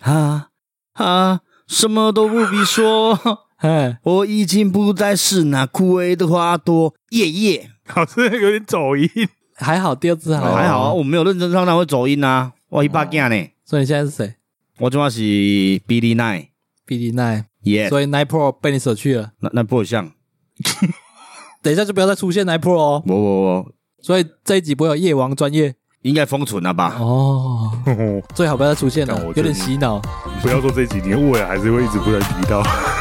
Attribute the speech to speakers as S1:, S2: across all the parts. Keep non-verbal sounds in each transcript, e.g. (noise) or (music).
S1: 啊啊，什么都不必说，
S2: 哎，
S1: 我已经不再是那枯萎的花朵。耶耶，
S3: (laughs) 好像有点走音。
S2: 还好第二次好，
S1: 还好啊，我没有认真唱，它会走音啊。我一
S2: 哦
S1: 把干呢，
S2: 所以你现在是谁
S1: 我主要是 Billy Nine，
S2: ？BD Nine，
S1: 耶，
S2: 所以 Nine Pro 被你舍去了，
S1: 那那不会像
S2: 等一下就不要再出现 Nine Pro 哦。
S1: 我我我
S2: 所以这一集不会有夜王专业
S1: 应该封存了吧？ (laughs)
S2: 哦，最好不要再出现了
S3: 干，我
S2: 有
S3: 真的
S2: 点洗脑。
S3: 不要说这几年，我也还是会一直不断提到。
S2: 啊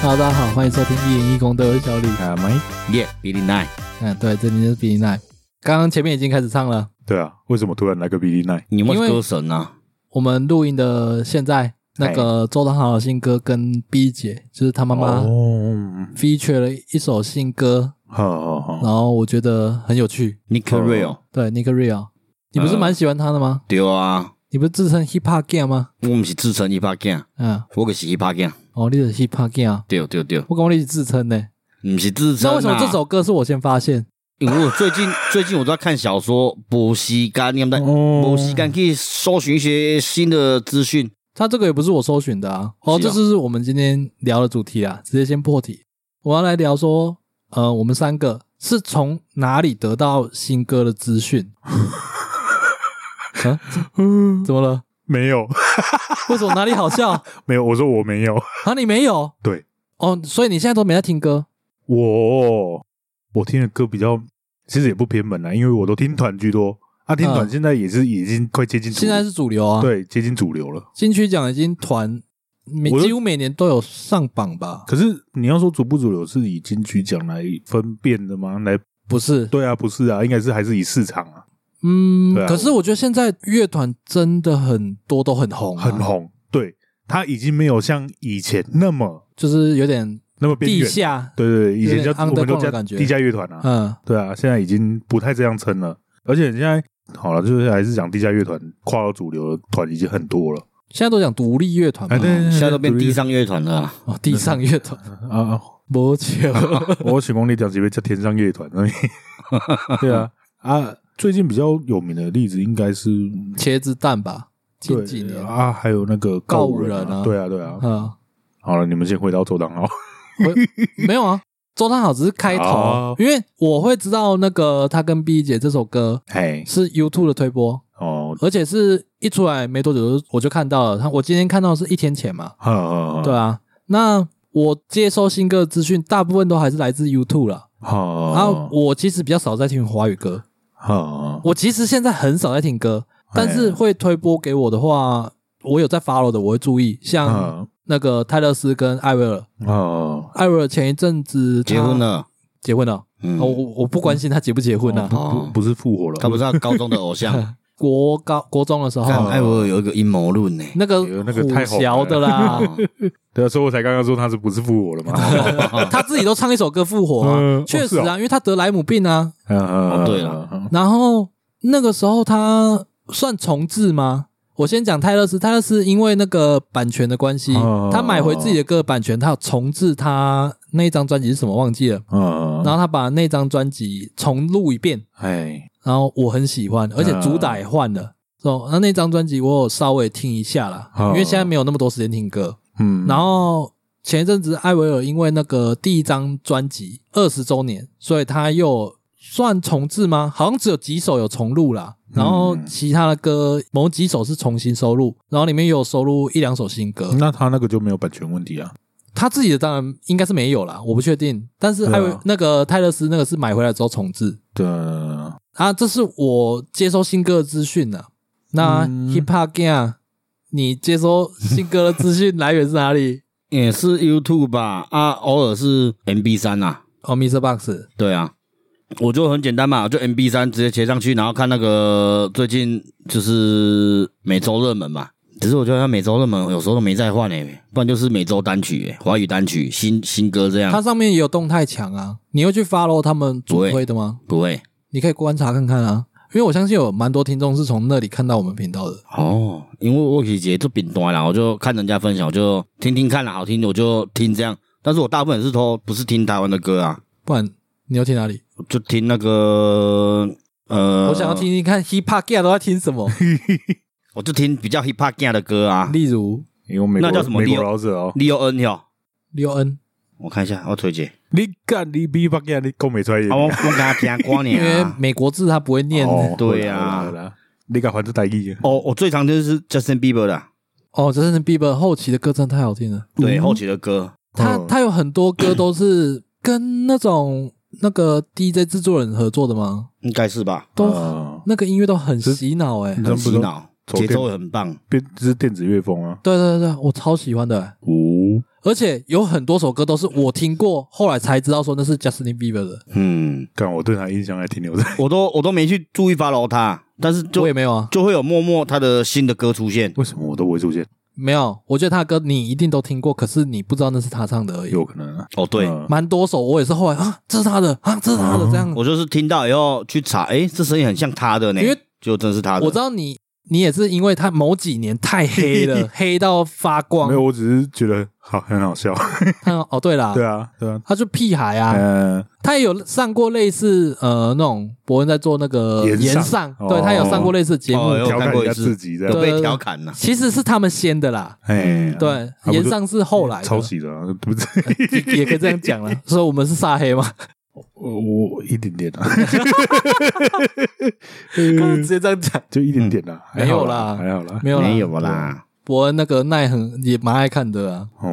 S2: Hello，大家好，欢迎收听一言一公德，我是小李。
S3: 啊，没？
S1: 耶，Billy Nine，
S2: 嗯，对，这里就是 BD Nine。刚刚前面已经开始唱了，
S3: 对啊，为什么突然来个 B D Nine？
S1: 你们
S2: 因为
S1: 是歌神啊？
S2: 我们录音的现在，那个周汤豪的新歌跟 B 姐，就是他妈妈
S3: 哦，
S2: feature 了一首新歌，
S3: 好好好，
S2: 然后我觉得很有趣。
S1: Nick Real，
S2: 对，Nick Real，你
S1: 呃
S2: 不是蛮喜欢他的吗？
S1: 对啊，
S2: 你不是自称 hip hop gang 吗？
S1: 我们是自称一把干，
S2: 嗯，
S1: 我可是一把干，
S2: 哦，你是 hip hop gang，
S1: 对对对，
S2: 我跟我一起自称呢。
S1: 不是自称
S2: 那
S1: 啊。
S2: 为什么这首歌是我先发现？
S1: 因为我最
S2: (laughs)
S1: 近最近我都在看小说，补习干，你们在
S3: 哦
S1: 补习干去搜寻一些新的资讯。
S2: 它这个也不是我搜寻的啊。哦，
S1: 是
S2: 这
S1: 啊
S2: 就是我们今天聊的主题啊，直接先破题。我要来聊说，呃，我们三个是从哪里得到新歌的资 (laughs) 讯？啊，
S3: 嗯，
S2: 怎么了？
S3: 没有， (laughs)
S2: 为什么哪里好笑？啊，
S3: 没有，我说我没有，
S2: 你没有？
S3: 对，
S2: 哦，所以你现在都没在听歌
S3: 我我听的歌比较，其实也不偏门啦，因为我都听团居多。啊，听团
S2: 嗯
S3: 现在也是已经快接近主
S2: 现在是主流啊。，
S3: 对接近主流了。
S2: 金曲奖已经团每
S3: 我就
S2: 几乎每年都有上榜吧？
S3: 可是你要说主不主流是以金曲奖来分辨的吗？来，
S2: 不是，
S3: 对啊，不是啊，应该是还是以市场啊，
S2: 嗯，
S3: 对啊
S2: 可是我觉得现在乐团真的很多都很红、啊
S3: 很，红。啊对，它已经没有像以前那么
S2: 就是有点
S3: 那么边
S2: 地
S3: 缘。
S2: 下，
S3: 对对对，以前
S2: 有
S3: 叫
S2: 点
S3: 我们
S2: underground
S3: 都
S2: 的
S3: 叫
S2: 感觉
S3: 地下乐团啊，
S2: 嗯，
S3: 对啊，现在已经不太这样称了。而且现在好了，就是还是讲地下乐团跨到主流的团已经很多了。
S2: 现在都讲独立乐团嘛，
S3: 哎，对，
S1: 现在都变地
S3: 上
S1: 上乐团了啊，
S2: 哦，地上乐团，
S3: (laughs) 啊！
S2: 摩羯，
S3: 我请问你讲几位叫天上乐团？ (laughs) 所以对啊 (laughs) 啊，最近比较有名的例子应该是
S2: 茄子蛋
S3: (laughs)
S2: 吧，近
S3: 对
S2: 几年，
S3: 啊，还有那个
S2: 告
S3: 五
S2: 五
S3: 人
S2: 人啊
S3: 对啊对啊。
S2: 嗯，
S3: 好了，你们先回到周党哦。
S2: 没有啊，周汤好只是开头
S3: 哦，
S2: 因为我会知道那个他跟 B 姐这首歌
S3: 哎，
S2: 是 YouTube 的推播，
S3: (laughs) 哦，
S2: 而且是一出来没多久就我就看到了，他我今天看到的是一天前嘛，
S3: 呵呵呵
S2: 对啊，那我接收新歌的资讯，大部分都还是来自 YouTube 啦。
S3: 好，
S2: 然后我其实比较少在听华语歌，
S3: 好，
S2: 我其实现在很少在听歌，但是会推播给我的话，我有在 follow 的，我会注意。像
S3: 好，
S2: 那个泰勒斯跟艾薇儿，
S3: 好，
S2: 艾薇儿前一阵子她
S1: 结婚，了。
S2: 结婚了。
S1: 嗯
S2: 啊哦我，我我不关心她结不结婚啊。
S3: 不不是复活了，
S1: 哦他不是他高中的偶
S2: (laughs)
S1: 像，
S2: 哦国高国中的时
S1: 看
S2: 候，
S1: 艾薇儿有一个阴谋论呢。哦
S2: 那个
S3: 哎有那个太
S2: 虎
S3: 红
S2: 桥
S3: 了
S2: 的
S3: (laughs)
S2: 啦，
S3: 对啊，所以我才刚刚说他是不是复活了嘛？
S2: 他自己都唱一首歌复活啊
S3: 嗯，
S2: 确
S3: 哦
S2: 实
S3: 是哦
S2: 啊，因为他得莱姆病啊，
S3: (laughs) 哦
S1: 对了
S3: 了，
S2: 然后那个时候他算重置吗？我先讲泰勒斯，泰勒斯因为那个版权的关系
S3: 哦，
S2: 他买回自己的歌的版权，他有重置他那一张专辑是什么忘记了，
S3: 嗯，
S2: 然后他把那张专辑重录一遍，
S3: 哎，
S2: 然后我很喜欢，而
S3: 啊
S2: 且主打也换了。哦，那那张专辑我有稍微听一下啦，
S3: 哦
S2: 因为现在没有那么多时间听歌。
S3: 嗯，
S2: 然后前一阵子艾薇儿因为那个第一张专辑二十周年，所以他又算重置吗？好像只有几首有重录啦，然后
S3: 嗯
S2: 其他的歌某几首是重新收录，然后里面也有收录一两首新歌。
S3: 那他那个就没有版权问题啊？
S2: 他自己的当然应该是没有啦，我不确定。但是
S3: 对啊
S2: 艾薇、那个泰勒斯那个是买回来之后重置
S3: 对，
S2: 啊，这是我接收新歌的资讯呢。那
S3: 嗯
S2: Hip Hop Gang，你接收新歌的资讯来源是哪里？
S1: 也是 YouTube 吧，啊，偶尔是 MB 三呐、啊，
S2: 哦、m r Box，
S1: 对啊，我就很简单嘛，就 MB 三直接切上去，然后看那个最近就是每周热门嘛。只是我觉得他每周热门有时候都没再换诶、不然就是每周单曲、欸、华语单曲、新新歌这
S2: 它
S1: 样。
S2: 上面也有动态墙啊，你会去 follow 他们主推的吗？
S1: 不会
S2: 你可以观察看看啊，因为我相信有蛮多听众是从那里看到我们频道的。
S1: 哦，因为我以前做饼端啦，我就看人家分享，我就听听看啦，好听我就听这样。但是我大部分也是都不是听台湾的歌啊，
S2: 不然你要听哪里？
S1: 我就听那个呃，
S2: 我想要听，听看 hip hop g a 都在听
S1: (laughs)
S2: 什么，
S1: 我就听比较 hip hop gang 的歌啊，
S2: 例如
S3: 因为我美国
S1: 那叫什么
S3: 美国
S1: Leo-
S3: 饶舌哦，
S1: 利欧恩哟，
S2: 六 N，
S1: 我看一下，我推荐，
S3: 你干你逼巴干，你够没专业
S1: 啊，我我跟他听过你
S2: 因为
S1: 啊。
S2: 美国字他不会念
S3: 哦
S1: 对啊
S3: 好啦好啦好啦你敢还这台语啊？
S1: 哦，我最常就是 Justin Bieber 的，
S2: 哦，这是 Bieber 后期的歌真的太好听了，
S1: 对后期的歌，
S2: 他
S3: 嗯
S2: 他有很多歌都是跟那种那个 DJ 制作人合作的吗？
S1: 应该是吧？
S2: 都
S3: 啊
S2: 那个音乐都很洗脑哎、
S3: 嗯
S1: 很洗脑，
S3: 昨
S1: 节
S3: 天
S1: 奏也很棒。
S3: 变这是电子乐风啊。
S2: 对对对对，我超喜欢的、欸，
S3: 哦，
S2: 而且有很多首歌都是我听过，后来才知道说那是 Justin Bieber 的，
S1: 嗯，
S3: 干我对他印象还停留在。
S1: 我都我都没去注意 follow 他，但是就
S2: 我也没有啊，
S1: 就会有默默他的新的歌出现
S3: 为什么我都不会出现，
S2: 没有，我觉得他的歌你一定都听过，可是你不知道那是他唱的而已。
S3: 有可能啊。
S1: 哦，对，
S3: 嗯
S2: 蛮多首我也是后来啊，这是他的啊，这是他的
S3: 嗯
S2: 这样，
S1: 我就是听到以后去查，诶，这声音很像他的呢，
S2: 因为
S1: 就真是他的。
S2: 我知道你你也是因为他某几年太黑
S3: (laughs)
S2: 了，黑到发光
S3: 没，有，我只是觉得好很好笑。
S2: 他哦对啦，
S3: 对啊，对啊，
S2: 他就屁孩啊，
S3: 嗯，
S2: 他也有上过类似呃那种伯恩在做那个
S3: 演
S2: 演
S3: 上
S2: 上，
S3: 哦哎
S2: 对他有上过类似的节目，
S1: 哦有
S3: 调
S1: 看
S3: 侃
S1: 过
S3: 一
S1: 一
S3: 下
S1: 次
S3: 自己这
S1: 有
S3: 样，
S1: 被
S2: 对
S1: 调侃了，
S2: 其实是他们先的啦，
S3: 哎，
S2: 对，
S3: 不
S2: 演
S3: 就
S2: 上是后来的呃
S3: 抄袭的啊，对不对？
S2: 也 (laughs) 也可以这样讲了，所以我们是煞黑嘛，
S3: (laughs) 我我一点点啊，
S2: (laughs)
S3: (laughs)
S2: 直接这样讲，
S3: 就一点点啦，
S2: 没有啦
S3: 啦，还好啦，
S2: 没有啦
S1: 没有啦。
S2: 伯恩那个奈很也蛮爱看的啊，
S3: 哦，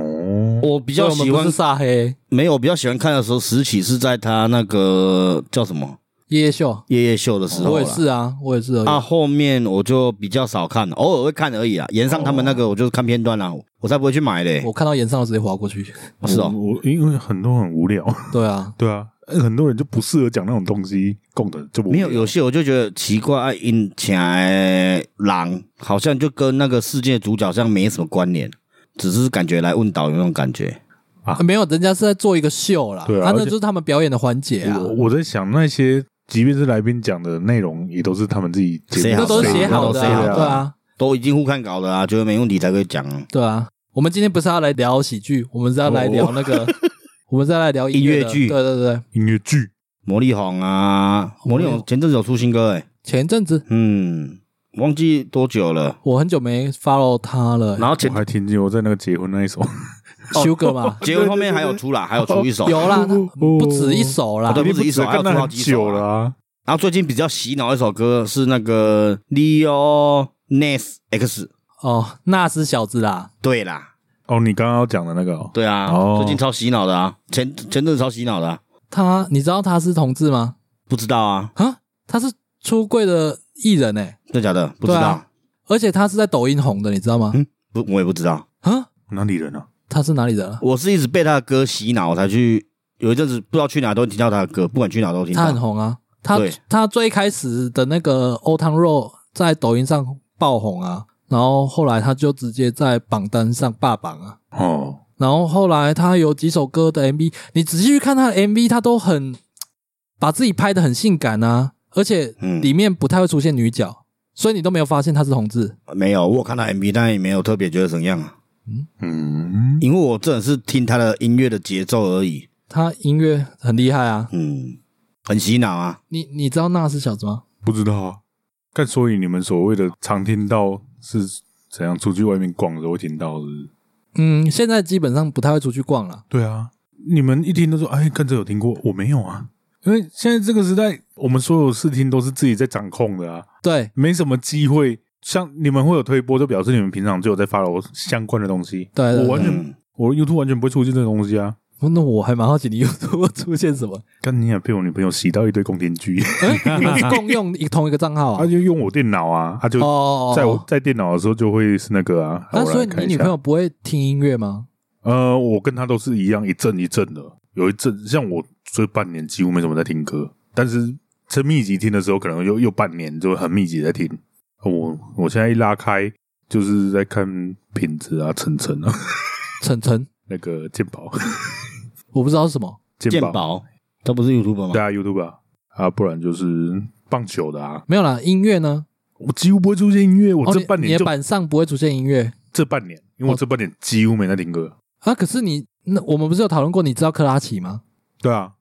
S1: 我比
S2: 比
S1: 较喜欢
S2: 是煞黑
S1: 没有，我比较喜欢看的时候，时起是在他那个叫什么
S2: 夜夜秀，
S1: 夜夜秀的哦时候啦
S2: 我也是啊，我也是而已
S1: 啊，后面我就比较少看，偶尔会看而已啊。延上他们那个，我就是看片段啦、我才不会去买嘞、
S2: 我看到演上我直接划过去，
S1: 哦是哦，
S3: 我我因为很多很无聊，
S2: 对啊，
S3: 对啊，很多人就不适合讲那种东西，共的就不无
S1: 没
S3: 聊
S1: 有有些我就觉得奇怪，啊，因请的狼好像就跟那个世界主角像没什么关联，只是感觉来问导游那种感觉。
S3: 啊
S2: 没有，人家是在做一个秀啦，
S3: 对啊
S2: 那
S3: 而且
S2: 就是他们表演的环节啊，
S3: 我我在想那些，即便是来宾讲的内容，也都是他们自己节目
S1: 谁
S2: 那都是
S1: 谁
S2: 写好的
S1: 那都
S2: 啊，
S1: 谁好
S2: 对啊。
S1: 都已经互看稿了啊，觉得没问题才可以讲啊
S2: 对啊，我们今天不是要来聊喜剧，我们是要来聊那个， (laughs) 我们是要来聊音的
S1: 音乐剧
S2: 对对对，
S3: 音乐剧
S1: 魔力红啊，魔力红前阵子有出新歌诶、哎
S2: 前阵子
S1: 嗯，忘记多久了。
S2: 我很久没 follow 他了、
S1: 然后
S3: 我
S1: 前
S3: 还听见我在那个结婚那一首，
S2: 修哥嘛，
S1: 结婚后面还有出啦，还有出一首。
S2: 有啦，
S3: 哦
S2: 不止一首啦
S1: 哦，对
S3: 你
S1: 不止一首
S3: 止
S1: 还有
S3: 干
S1: 出
S3: 那
S1: 好
S3: 很
S1: 几首
S3: 久
S1: 啊
S3: 了啊，
S1: 然后最近比较洗脑一首歌是那个 Leo Ness X。
S2: 哦，那是小子啦，
S1: 对啦，
S3: 哦，你刚刚要讲的那个哦，
S1: 对啊，
S3: 哦
S1: 最近超洗脑的啊，前前阵子超洗脑的、啊，
S2: 他你知道他是同志吗？
S1: 不知道啊，
S2: 啊，他是出柜的艺人哎、
S1: 真的假的？不知
S2: 对
S1: 道，
S2: 啊而且他是在抖音红的，你知道吗？
S1: 嗯，不，我也不知道。
S2: 啊，
S3: 哪里人啊？
S2: 他是哪里人啊？
S1: 我是一直被他的歌洗脑，我才去有一阵子不知道去哪都会听到他的歌，不管去哪都听
S2: 他
S1: 到
S2: 很。红啊，他
S1: 对
S2: 他最开始的那个欧汤肉在抖音上爆红啊，然后后来他就直接在榜单上霸榜啊，
S3: 哦，
S2: 然后后来他有几首歌的 MV，你仔细去看他的 MV，他都很把自己拍的很性感啊，而且
S1: 嗯
S2: 里面不太会出现女角，所以你都没有发现他是同志。
S1: 没有，我有看他 MV，但也没有特别觉得怎样啊，
S3: 嗯，
S1: 因为我真的是听他的音乐的节奏而已，
S2: 他音乐很厉害啊，
S1: 嗯，很洗脑啊。
S2: 你你知道那是小子吗？
S3: 不知道啊。但所以你们所谓的常听到是怎样？出去外面逛的时候会听到是不是？
S2: 嗯，现在基本上不太会出去逛了。
S3: 对啊，你们一听都说，哎，跟着有听过，我没有啊。因为现在这个时代，我们所有视听都是自己在掌控的啊，
S2: 对
S3: 没什么机会。像你们会有推播，就表示你们平常就有在 follow 相关的东西。
S2: 对，对
S3: 我完
S2: (coughs)
S3: 全
S1: 嗯，
S3: 我 YouTube 完全不会出现这个东西啊。
S2: 那我还蛮好奇你又会出现什
S3: (laughs)
S2: 么？
S3: 干你也被我女朋友洗到一堆宫廷剧，
S2: 嗯你们是共用一同一个账号啊
S3: 她？就用我电脑啊，她就
S2: 哦哦，哦
S3: 在我在电脑的时候就会是那个啊。
S2: 那
S3: 好我来
S2: 所以
S3: 看
S2: 你
S3: 一
S2: 女
S3: 下
S2: 朋友不会听音乐吗？
S3: 呃，我跟他都是一样一阵一阵的，有一阵像我这半年几乎没怎么在听歌，但是沉密集听的时候，可能又又半年就很密集在听。我我现在一拉开，就是在看品质啊、晨晨啊，
S2: 晨晨，
S3: 那个鉴 (laughs) 宝、
S2: 我不知道是什么
S3: 鉴
S1: 鉴
S3: 宝，
S1: 宝，他不是 YouTube 吗
S3: 大？家 YouTube 啊，啊，不然就是棒球的啊。
S2: 没有啦，音乐呢？
S3: 我几乎不会出现音乐，
S2: 哦
S3: 我这
S2: 你
S3: 半
S2: 你哦
S3: 年
S2: 的
S3: 就、
S2: 板上不会出现音乐
S3: 这半年，因为我这半年几乎没在听歌。
S2: 啊。可是你那我们不是有讨论过你知道克拉奇吗？
S3: 对啊，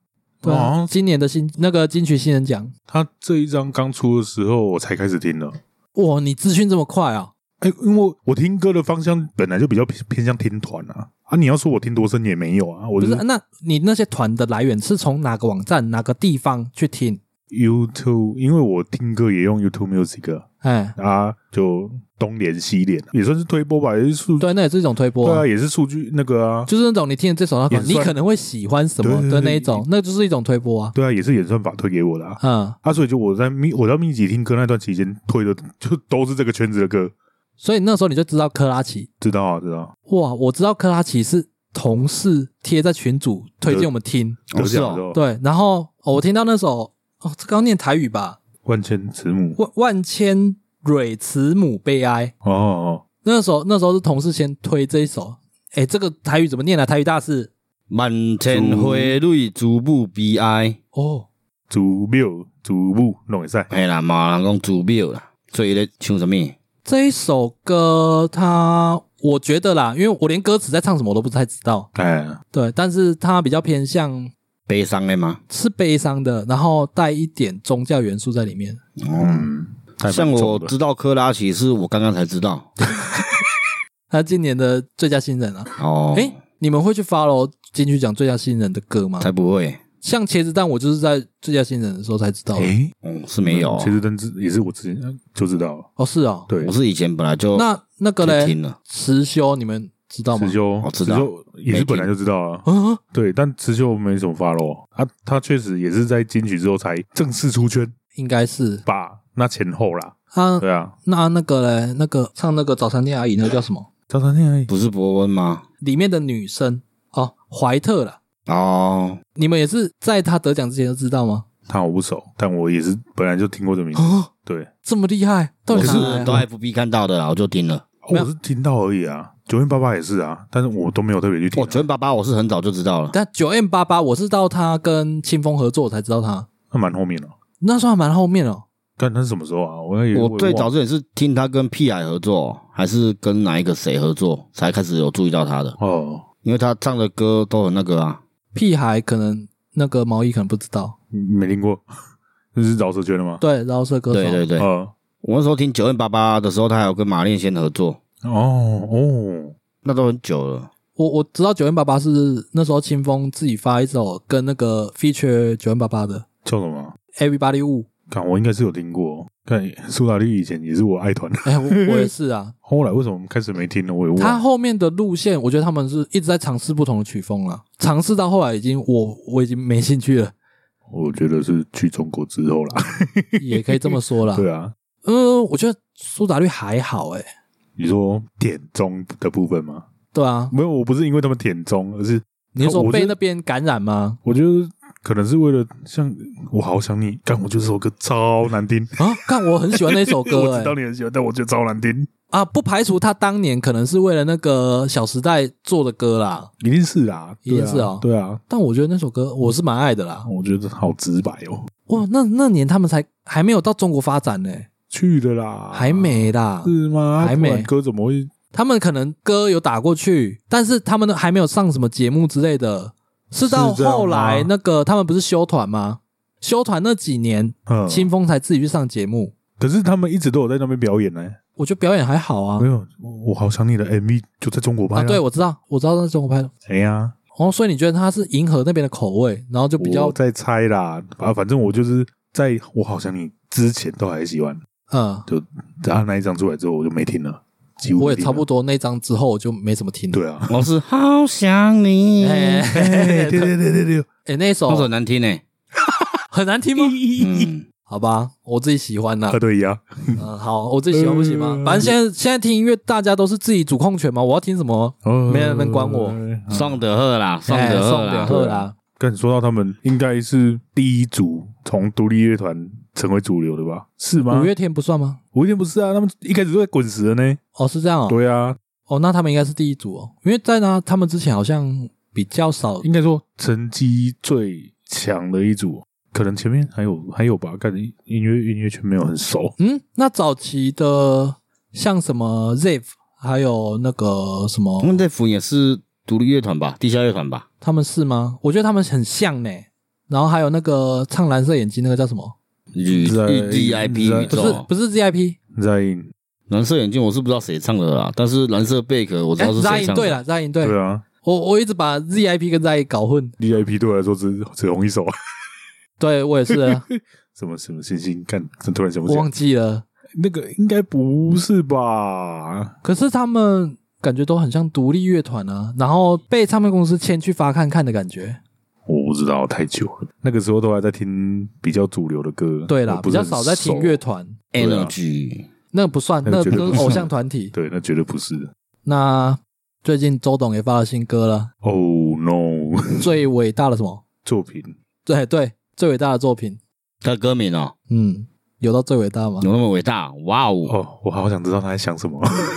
S2: 对
S3: 哦好
S2: 啊，
S3: 像
S2: 今年的新那个金曲新人奖，
S3: 他这一张刚出的时候，我才开始听的。
S2: 哇，你资讯这么快啊？
S3: 哎、因为我听歌的方向本来就比较偏偏向听团啊，啊，你要说我听多深也没有啊，我
S2: 不，
S3: 就是
S2: 嗯那你那些团的来源是从哪个网站、哪个地方去听？
S3: YouTube，因为我听歌也用 YouTube Music 啊
S2: 哎，
S3: 啊，就东连西连也算是推播吧，也是数
S2: 对，那也是一种推播
S3: 对
S2: 啊、
S3: 啊，也是数据那个啊，
S2: 就是那种你听了这首，
S3: 也
S2: 然后
S3: 算
S2: 你可能会喜欢什么
S3: 对
S2: 的
S3: 对对
S2: 那一种，那就是一种推播啊。
S3: 对啊，也是演算法推给我的啊，
S2: 嗯，
S3: 啊，所以就我在密我到密集听歌那段期间推的就都是这个圈子的歌，
S2: 所以那时候你就知道克拉奇，
S3: 知道啊，知道啊，
S2: 哇，我知道克拉奇是同事贴在群组推荐我们听，
S1: 哦
S3: 得
S1: 是
S3: 奖的时
S1: 哦，
S3: 候，
S2: 对，然后、哦、我听到那首哦，这刚念台语吧，
S3: 万千慈母，
S2: 万万千蕊慈母悲哀，
S3: 哦哦，
S2: 那时候那时候是同事先推这一首，哎，这个台语怎么念啊？台语大师
S1: 满天花蕊，足不悲哀。
S2: 哦，
S3: 祖庙祖母弄会赛，
S1: 哎啦，嘛人讲祖庙啦，所以咧唱什么？
S2: 这一首歌它我觉得啦，因为我连歌词在唱什么我都不太知道，
S3: 哎，
S2: 对，但是它比较偏向
S1: 悲伤的吗？
S2: 是悲伤的，然后带一点宗教元素在里面。
S3: 嗯，还蛮
S1: 像
S3: 重
S1: 我
S3: 的
S1: 知道科拉奇是我刚刚才知道
S2: 他今年的最佳新人啊，
S1: 哦，
S2: 哎、你们会去 follow 金曲奖最佳新人的歌吗？
S1: 才不会，
S2: 像茄子蛋，我就是在最佳新人的时候才知道的。
S3: 哎，
S1: 嗯，是没有，
S3: 其实灯之也是我之前呃就知道了，
S2: 哦，是哦。
S3: 对
S1: 我，是以前本来就
S2: 那那个
S1: 就
S2: 嘞，
S1: 听了，
S2: 辞修，你们知道吗
S3: 辞？修
S1: 我，知道
S3: 辞修也是本来就知道啊，
S2: 啊，
S3: 对，但辞修没什么发落啊，他确实也是在金曲之后才正式出圈
S2: 应该是
S3: 吧，那前后啦，
S2: 啊。
S3: 对啊，
S2: 那那个嘞，那个唱那个早餐店阿姨那个叫什么？
S3: 早餐店而已，
S1: 不是伯恩吗？
S2: 里面的女生哦，怀特啦。
S1: 哦，
S2: 你们也是在她得奖之前就知道吗？
S3: 他我不熟，但我也是本来就听过这名字，
S2: 哦，
S3: 对，
S2: 这么厉害，到
S1: 我
S2: 底
S1: 是
S2: 哪来
S1: 都
S2: 的？
S1: FB 看到的啦，我就听了。
S3: 哦我是听到而已啊，九零八八也是啊，但是我都没有特别去听
S1: 我
S3: 啊，
S1: 全哦爸爸我是很早就知道了，
S2: 但九 M 八八，我是到她跟清风合作我才知道她，
S3: 那蛮后面了，
S2: 那算蛮后面哦。
S3: 但那是什么时候啊？我也
S1: 我最早
S3: 也忘了
S1: 之前是听他跟屁孩合作，还是跟哪一个谁合作，才开始有注意到他的，
S3: 哦。
S1: 因为他唱的歌都很那个啊，
S2: 屁孩可能那个毛衣可能不知道，
S3: 没听过， (laughs) 这是饶舌圈的吗？
S2: 对，饶舌歌手，
S1: 对对对，
S3: 呃，
S1: 我那时候听九零八八的时候，他还有跟马恋先合作，
S3: 哦哦，
S1: 那都很久了。。
S2: 我我知道九零八八是那时候清风自己发一首跟那个 feature 九零八八的
S3: 叫什么？啊
S2: Everybody Wu，
S3: 看我应该是有听过。看苏打绿以前也是我爱团，。
S2: 哎、我我也是啊
S3: (laughs) 后来为什么开始没听了？我也
S2: 他
S3: 忘了。
S2: 后面的路线，我觉得他们是一直在尝试不同的曲风了，尝试到后来已经我我已经没兴趣了，
S3: 我觉得是去中国之后啦。
S2: 也可以这么说啦。
S3: (laughs) 对啊，
S2: 嗯，我觉得苏打绿还好哎、
S3: 你说点中的部分吗？
S2: 对啊，
S3: 没有，我不是因为他们点中，而是
S2: 你是
S3: 我
S2: 说
S3: 是
S2: 被那边感染吗？
S3: 我觉得可能是为了像我好想你，干我觉得这首歌超难听。
S2: 啊，看我很喜欢那首歌、
S3: (laughs) 我
S2: 哎。
S3: 知道你很喜欢，但我觉得超难听，
S2: 啊，不排除他当年可能是为了那个《小时代》做的歌啦，
S3: 一定是啦，
S2: 一定是
S3: 对
S2: 哦
S3: 啊，对啊，
S2: 但我觉得那首歌我是蛮爱的啦。
S3: 我觉得好直白哦，
S2: 哇，那那年他们才还没有到中国发展呢、
S3: 去的啦，
S2: 还没啦。
S3: 啊是吗？
S2: 还
S3: 不然
S2: 没
S3: 歌怎么会
S2: 他们可能歌有打过去，但是他们还没有上什么节目之类的。是到
S3: 是这样吗
S2: 后来那个他们不是休团吗？休团那几年，
S3: 嗯，
S2: 清风才自己去上节目。
S3: 可是他们一直都有在那边表演呢、
S2: 我觉得表演还好啊
S3: 没。有，我我好想你的 MV 就在中国拍
S2: 啊，对，，我知道，我知道那是中国拍的。
S3: 谁呀？
S2: 哦，所以你觉得他是迎合那边的口味，然后就比较
S3: 我在猜啦，啊，反正我就是在我好想你之前都还喜欢，
S2: 嗯，
S3: 就等他那一张出来之后我就没听了，几乎
S2: 我
S3: 没
S2: 也
S3: 听
S2: 差
S3: 了啊
S2: 不多那张之后我就没怎么听了。(laughs)
S3: 对啊
S1: 我是好想你，
S2: 哎，
S1: 那
S3: 嘿嘿 (laughs) 对对对对对，
S2: 哎，那首
S1: 首很难听呢。
S2: 很难
S3: (laughs)
S2: 听吗？
S1: 嗯，
S2: 好吧，我自己喜欢啦
S3: 二。对一啊，
S2: 嗯，好，我自己喜欢不行吗？
S3: 呃
S2: 反正现在现在听音乐，大家都是自己主控权嘛。我要听什么？
S3: 哦
S2: 没人能管我
S1: 宋德赫啦，宋
S2: 哎
S1: 德赫
S2: 宋德
S1: 啦，
S2: 赫啦，
S3: 跟你说到他们应该是第一组从独立乐团成为主流的吧？是吗？
S2: 五月天不算吗？
S3: 五月天不是啊，他们一开始都在滚石的呢。
S2: 哦，是这样哦。
S3: 对啊，
S2: 哦，那他们应该是第一组哦，因为在那他们之前好像比较少。
S3: 应该说成绩最强的一组，可能前面还有还有吧，感觉音乐音乐圈没有很熟。
S2: 嗯，那早期的像什么 Zave，还有那个什么
S1: 他，
S3: 嗯
S1: 们这福也是独立乐团吧，地下乐团吧？
S2: 他们是吗？我觉得他们很像呢。然后还有那个唱蓝色眼睛那个叫什么？
S1: G
S3: 在
S1: D I P
S3: 在
S1: 宇
S2: 不
S1: 宙
S2: 是
S1: 啊，
S2: 不是 ZIP，
S3: 在
S1: 蓝色眼镜我是不知道谁唱的啦，但是蓝色贝壳我知
S2: 哎
S1: 道是谁
S2: ，ZIN
S1: 唱
S2: 对
S1: 的。
S2: 了，ZIN 对，
S3: 对啊
S2: 我我一直把 ZIP 跟 ZIN 搞混，
S3: ，VIP 对我来说只只红一首，
S2: 对我也是
S3: (laughs)
S2: 啊，
S3: 啊什么什么星星，看，突然想
S2: 我
S3: 不起来
S2: 忘，记了。
S3: 那个应该不是吧？
S2: 可是他们感觉都很像独立乐团啊，然后被唱片公司签去发看看的感觉。
S3: 我不知道，太久了。那个时候都还在听比较主流的歌，
S2: 对啦
S3: 我，不
S2: 比较
S3: 是很
S2: 少在听
S3: 熟
S2: 乐，团，
S3: 对啊
S1: Energy
S2: 那不算，
S3: 那
S2: 那
S3: 个绝对
S2: 都
S3: 不
S2: 是
S3: 算
S2: 偶像团体。
S3: 对，那绝对不是。
S2: 那最近周董也发了新歌 (laughs) 了，
S3: Oh no，
S2: 最伟大的什么？
S3: 作品
S2: 对对，最伟大的作品。
S1: 他的歌名哦，
S2: 嗯，有到最伟大吗？
S1: 有那么伟大？哇哦！
S3: 哦，我好想知道他在想什么。 (laughs)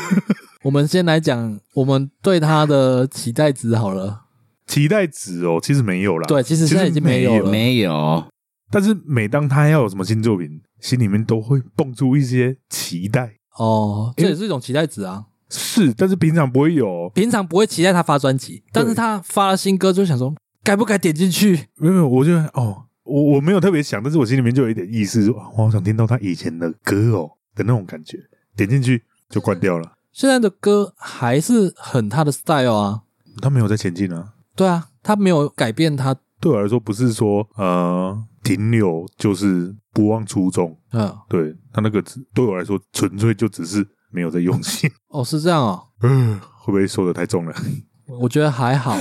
S2: 我们先来讲我们对他的期待值好了。
S3: 期待值哦，其实没有啦。
S2: 对，，啊其实现在已经没有了。
S1: 没有，
S3: 但是每当他要有什么新作品，心里面都会蹦出一些期待。
S2: 哦，这也是一种期待值啊。
S3: 是，但是平常不会有哦，
S2: 平常不会期待他发专辑，但是他发了新歌就想说，该不该点进去？
S3: 没有，没有，我就哦，我我没有特别想，但是我心里面就有一点意思，说哇我好想听到他以前的歌哦的那种感觉。点进去就关掉了，
S2: 现在的歌还是很他的 style 啊。
S3: 他没有在前进啊。
S2: 对啊，他没有改变他，
S3: 对我来说，不是说呃停留就是不忘初衷，
S2: 嗯，
S3: 对他那个只对我来说，纯粹就只是没有在用心。
S2: 哦，是这样哦，
S3: 嗯，会不会说的太重了？
S2: 我觉得还好。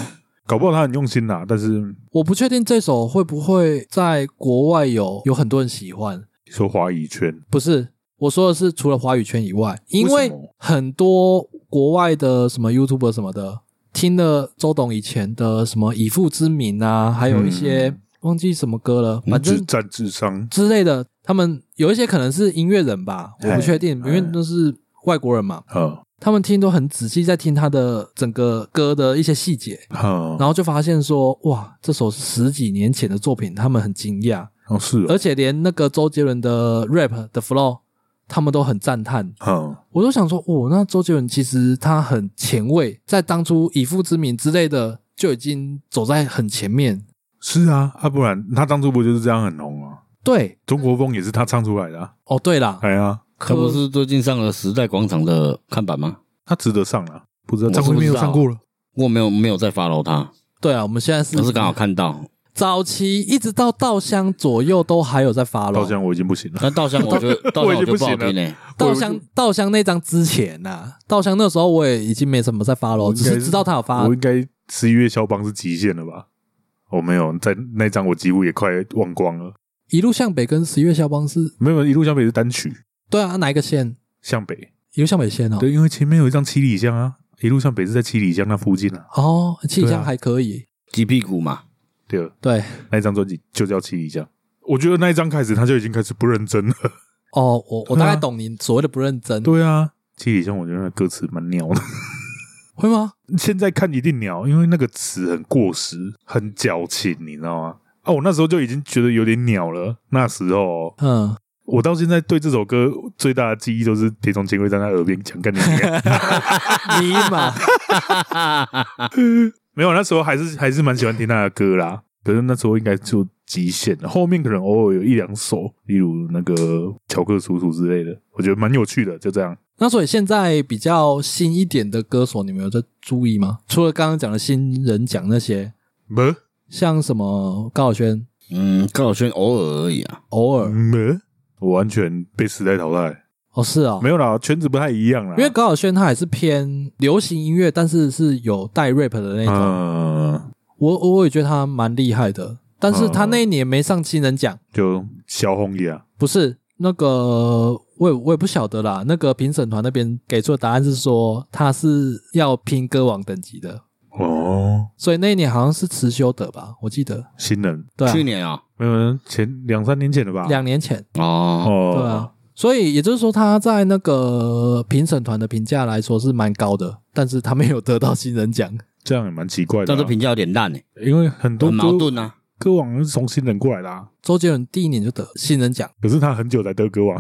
S3: 搞不好他很用心啊啦，但是
S2: 我不确定这首会不会在国外有有很多人喜欢，
S3: 说华语圈
S2: 不是我说的是除了华语圈以外，因
S3: 为
S2: 为
S3: 什么
S2: 很多国外的什么 YouTuber 什么的，听了周董以前的什么《以父之名》啊，还有一些、
S3: 嗯
S2: 忘记什么歌了，反
S3: 只
S2: 正
S3: 占智商，
S2: 之类的，他们有一些可能是音乐人吧，我
S3: 哎
S2: 不确定，因
S3: 哎
S2: 为都是外国人嘛，
S3: 嗯
S2: 他们听都很仔细在听他的整个歌的一些细节，
S3: 嗯，
S2: 然后就发现说，哇，这首是十几年前的作品，他们很惊讶，
S3: 哦是
S2: 而
S3: 哦，
S2: 且连那个周杰伦的 rap 的 flow，他们都很赞叹。
S3: 嗯，
S2: 我都想说，哦，那周杰伦其实他很前卫，在当初以父之名之类的就已经走在很前面。
S3: 是啊，啊不然他当初不就是这样很红啊？
S2: 对，
S3: 中国风也是他唱出来的、啊，
S2: 哦，对啦，
S3: 哎呀，
S1: 他不是最近上了时代广场的看板吗？
S3: 他值得上啊，不知道啊
S1: 我
S3: 张
S1: 是
S3: 惠
S1: 不
S3: 妹
S1: 知
S3: 有
S1: 道
S3: 上过了，
S1: 我没有没有在 follow 他，
S2: 对啊，我们现在是
S1: 我是刚好看到。
S2: 早期一直到稻香左右都还有在发
S3: 稻
S2: 咯。
S3: 香我已经不行了，
S1: 但稻香我觉得稻
S3: 我
S1: 香
S3: 已
S1: 我
S3: 经
S1: 觉得不好
S3: 不行了
S1: 听嘞，
S2: 稻香稻香那张之前呐、稻香那时候我也已经没什么在发
S3: 我
S2: 咯，
S3: 应
S2: 只
S3: 该
S2: 是知道他有发
S3: 我。应该十一月肖邦是极限了吧？我、没有，在那一张我几乎也快忘光了。
S2: 一路向北跟十月肖邦是，
S3: 没有，一路向北是单曲，
S2: 对啊，哪一个线？
S3: 向北。
S2: 一路向北线哦。
S3: 对，因为前面有一张七里香啊，一路向北是在七里香那附近啊。
S2: 哦，气
S3: 对啊
S2: 象还可以。
S1: 鸡屁股嘛。
S3: 对了，
S2: 对，
S3: 那一张专辑就叫七里香。我觉得那一张开始他就已经开始不认真了。
S2: 哦，我我
S3: 对啊
S2: 大概懂你所谓的不认真，
S3: 对啊，七里香我觉得那歌词蛮鸟的，
S2: 会吗？
S3: (laughs) 现在看一定鸟，因为那个词很过时，很矫情，你知道吗？啊，我那时候就已经觉得有点鸟了。那时候哦、 (laughs)
S2: 嗯，
S3: 我到现在对这首歌最大的记忆都是铁中千惠在他耳边讲干你 (laughs) 娘。
S2: 尼玛，
S3: 没有，那时候还是还是蛮喜欢听他的歌啦。可是那时候应该就极限了，后面可能偶尔有一两首，例如那个乔克叔叔之类的，我觉得蛮有趣的。就这样，
S2: 那所以现在比较新一点的歌手，你们有在注意吗？除了刚刚讲的新人奖那些，
S3: 没
S2: 像什么高晓轩，
S1: 嗯，高晓轩偶尔而已啊。
S2: 偶尔
S3: 没，我完全被时代淘汰。
S2: 哦，是啊、哦，
S3: 没有啦，圈子不太一样啦。
S2: 因为高晓轩他还是偏流行音乐，但是是有带 rap 的那种。
S3: 嗯，
S2: 我我也觉得他蛮厉害的，但是他那一年没上新人奖，
S3: 就小红啊一样，
S2: 不是那个我也我也不晓得啦。那个评审团那边给出的答案是说他是要拼歌王等级的，
S3: 哦，
S2: 所以那一年好像是辞修德吧，我记得。
S3: 新人，
S2: 对、啊
S1: 去，年啊，
S3: 没有前两三年前了吧？
S2: 两年前，
S1: 哦，
S3: 哦，
S2: 对啊。所以也就是说，他在那个评审团的评价来说是蛮高的，但是他没有得到新人奖。
S3: 这样也蛮奇怪的
S1: 但
S3: 啊、
S1: 这评价有点烂诶，
S3: 因为很多
S1: 很矛
S3: 歌
S1: 盾啊。
S3: 歌王是从新人过来的、啊，
S2: 周杰伦第一年就得新人奖，
S3: 可是他很久才得歌王，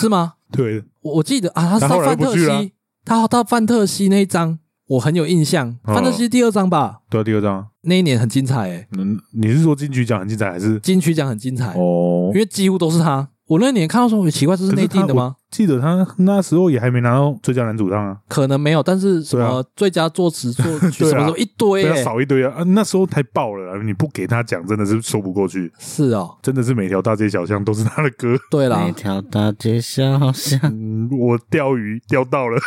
S2: 是吗？
S3: (laughs) 对，
S2: 我我记得啊，他是
S3: 他后
S2: 到
S3: 来
S2: 范
S3: 不
S2: 特
S3: 去了
S2: 西，他到范特西那一张，我很有印象，《
S3: 哦
S2: 范特西》第二章吧，
S3: 对啊，第二张啊，
S2: 那一年很精彩诶，
S3: 嗯，你是说金曲奖很精彩还是？
S2: 金曲奖很精彩，
S3: 哦
S2: 因，为几乎都是他。我那年看到说，奇怪，这是内定的吗？
S3: 记得他那时候也还没拿到最佳男主唱啊，
S2: 可能没有，但是什
S3: 对啊
S2: 么最佳作词、作曲
S3: (laughs) 对啊
S2: 什么什么一堆
S3: 对啊，
S2: 欸，
S3: 少一堆啊，啊那时候太爆了啊，你不给他讲真的是说不过去，
S2: 是哦，
S3: 真的是每条大街小巷都是他的歌。
S2: 对啦
S1: 每，条大街小巷，
S3: 嗯，我钓鱼钓到了，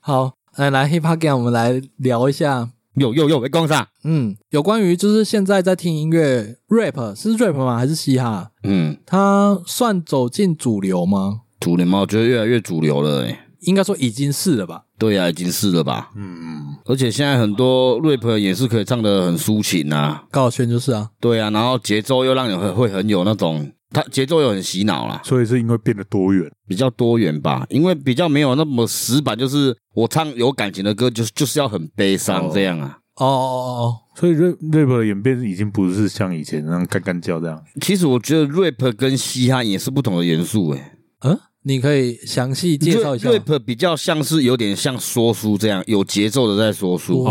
S2: 好，来来 Hip Hop Gang，我们来聊一下。
S1: 有有有，被攻上。
S2: 嗯，有关于就是现在在听音乐，rap 是 rap 吗？还是嘻哈？
S1: 嗯，
S2: 它算走进主流吗？
S1: 主流嘛，我觉得越来越主流了、欸。
S2: 应该说已经是了吧。
S1: 对啊呀、已经是了吧？
S3: 嗯，
S1: 而且现在很多 rap 也是可以唱的很抒情啊，
S2: 高晓轩就是啊，
S1: 对啊，然后节奏又让你很会很有那种，它节奏又很洗脑啦，
S3: 所以是因为变得多元，
S1: 比较多元吧，因为比较没有那么死板，就是我唱有感情的歌，就是就是要很悲伤
S3: 哦
S1: 这样啊。
S2: 哦哦
S3: 所以 rap rap 的演变已经不是像以前那样干干叫这样。
S1: 其实我觉得 rap 跟嘻哈也是不同的元素、欸，
S2: 哦哦，嗯，你可以详细
S1: 诶
S2: 介绍一下吗。
S1: rap 比较像是有点像说书这样，有节奏的在说书，
S2: 哦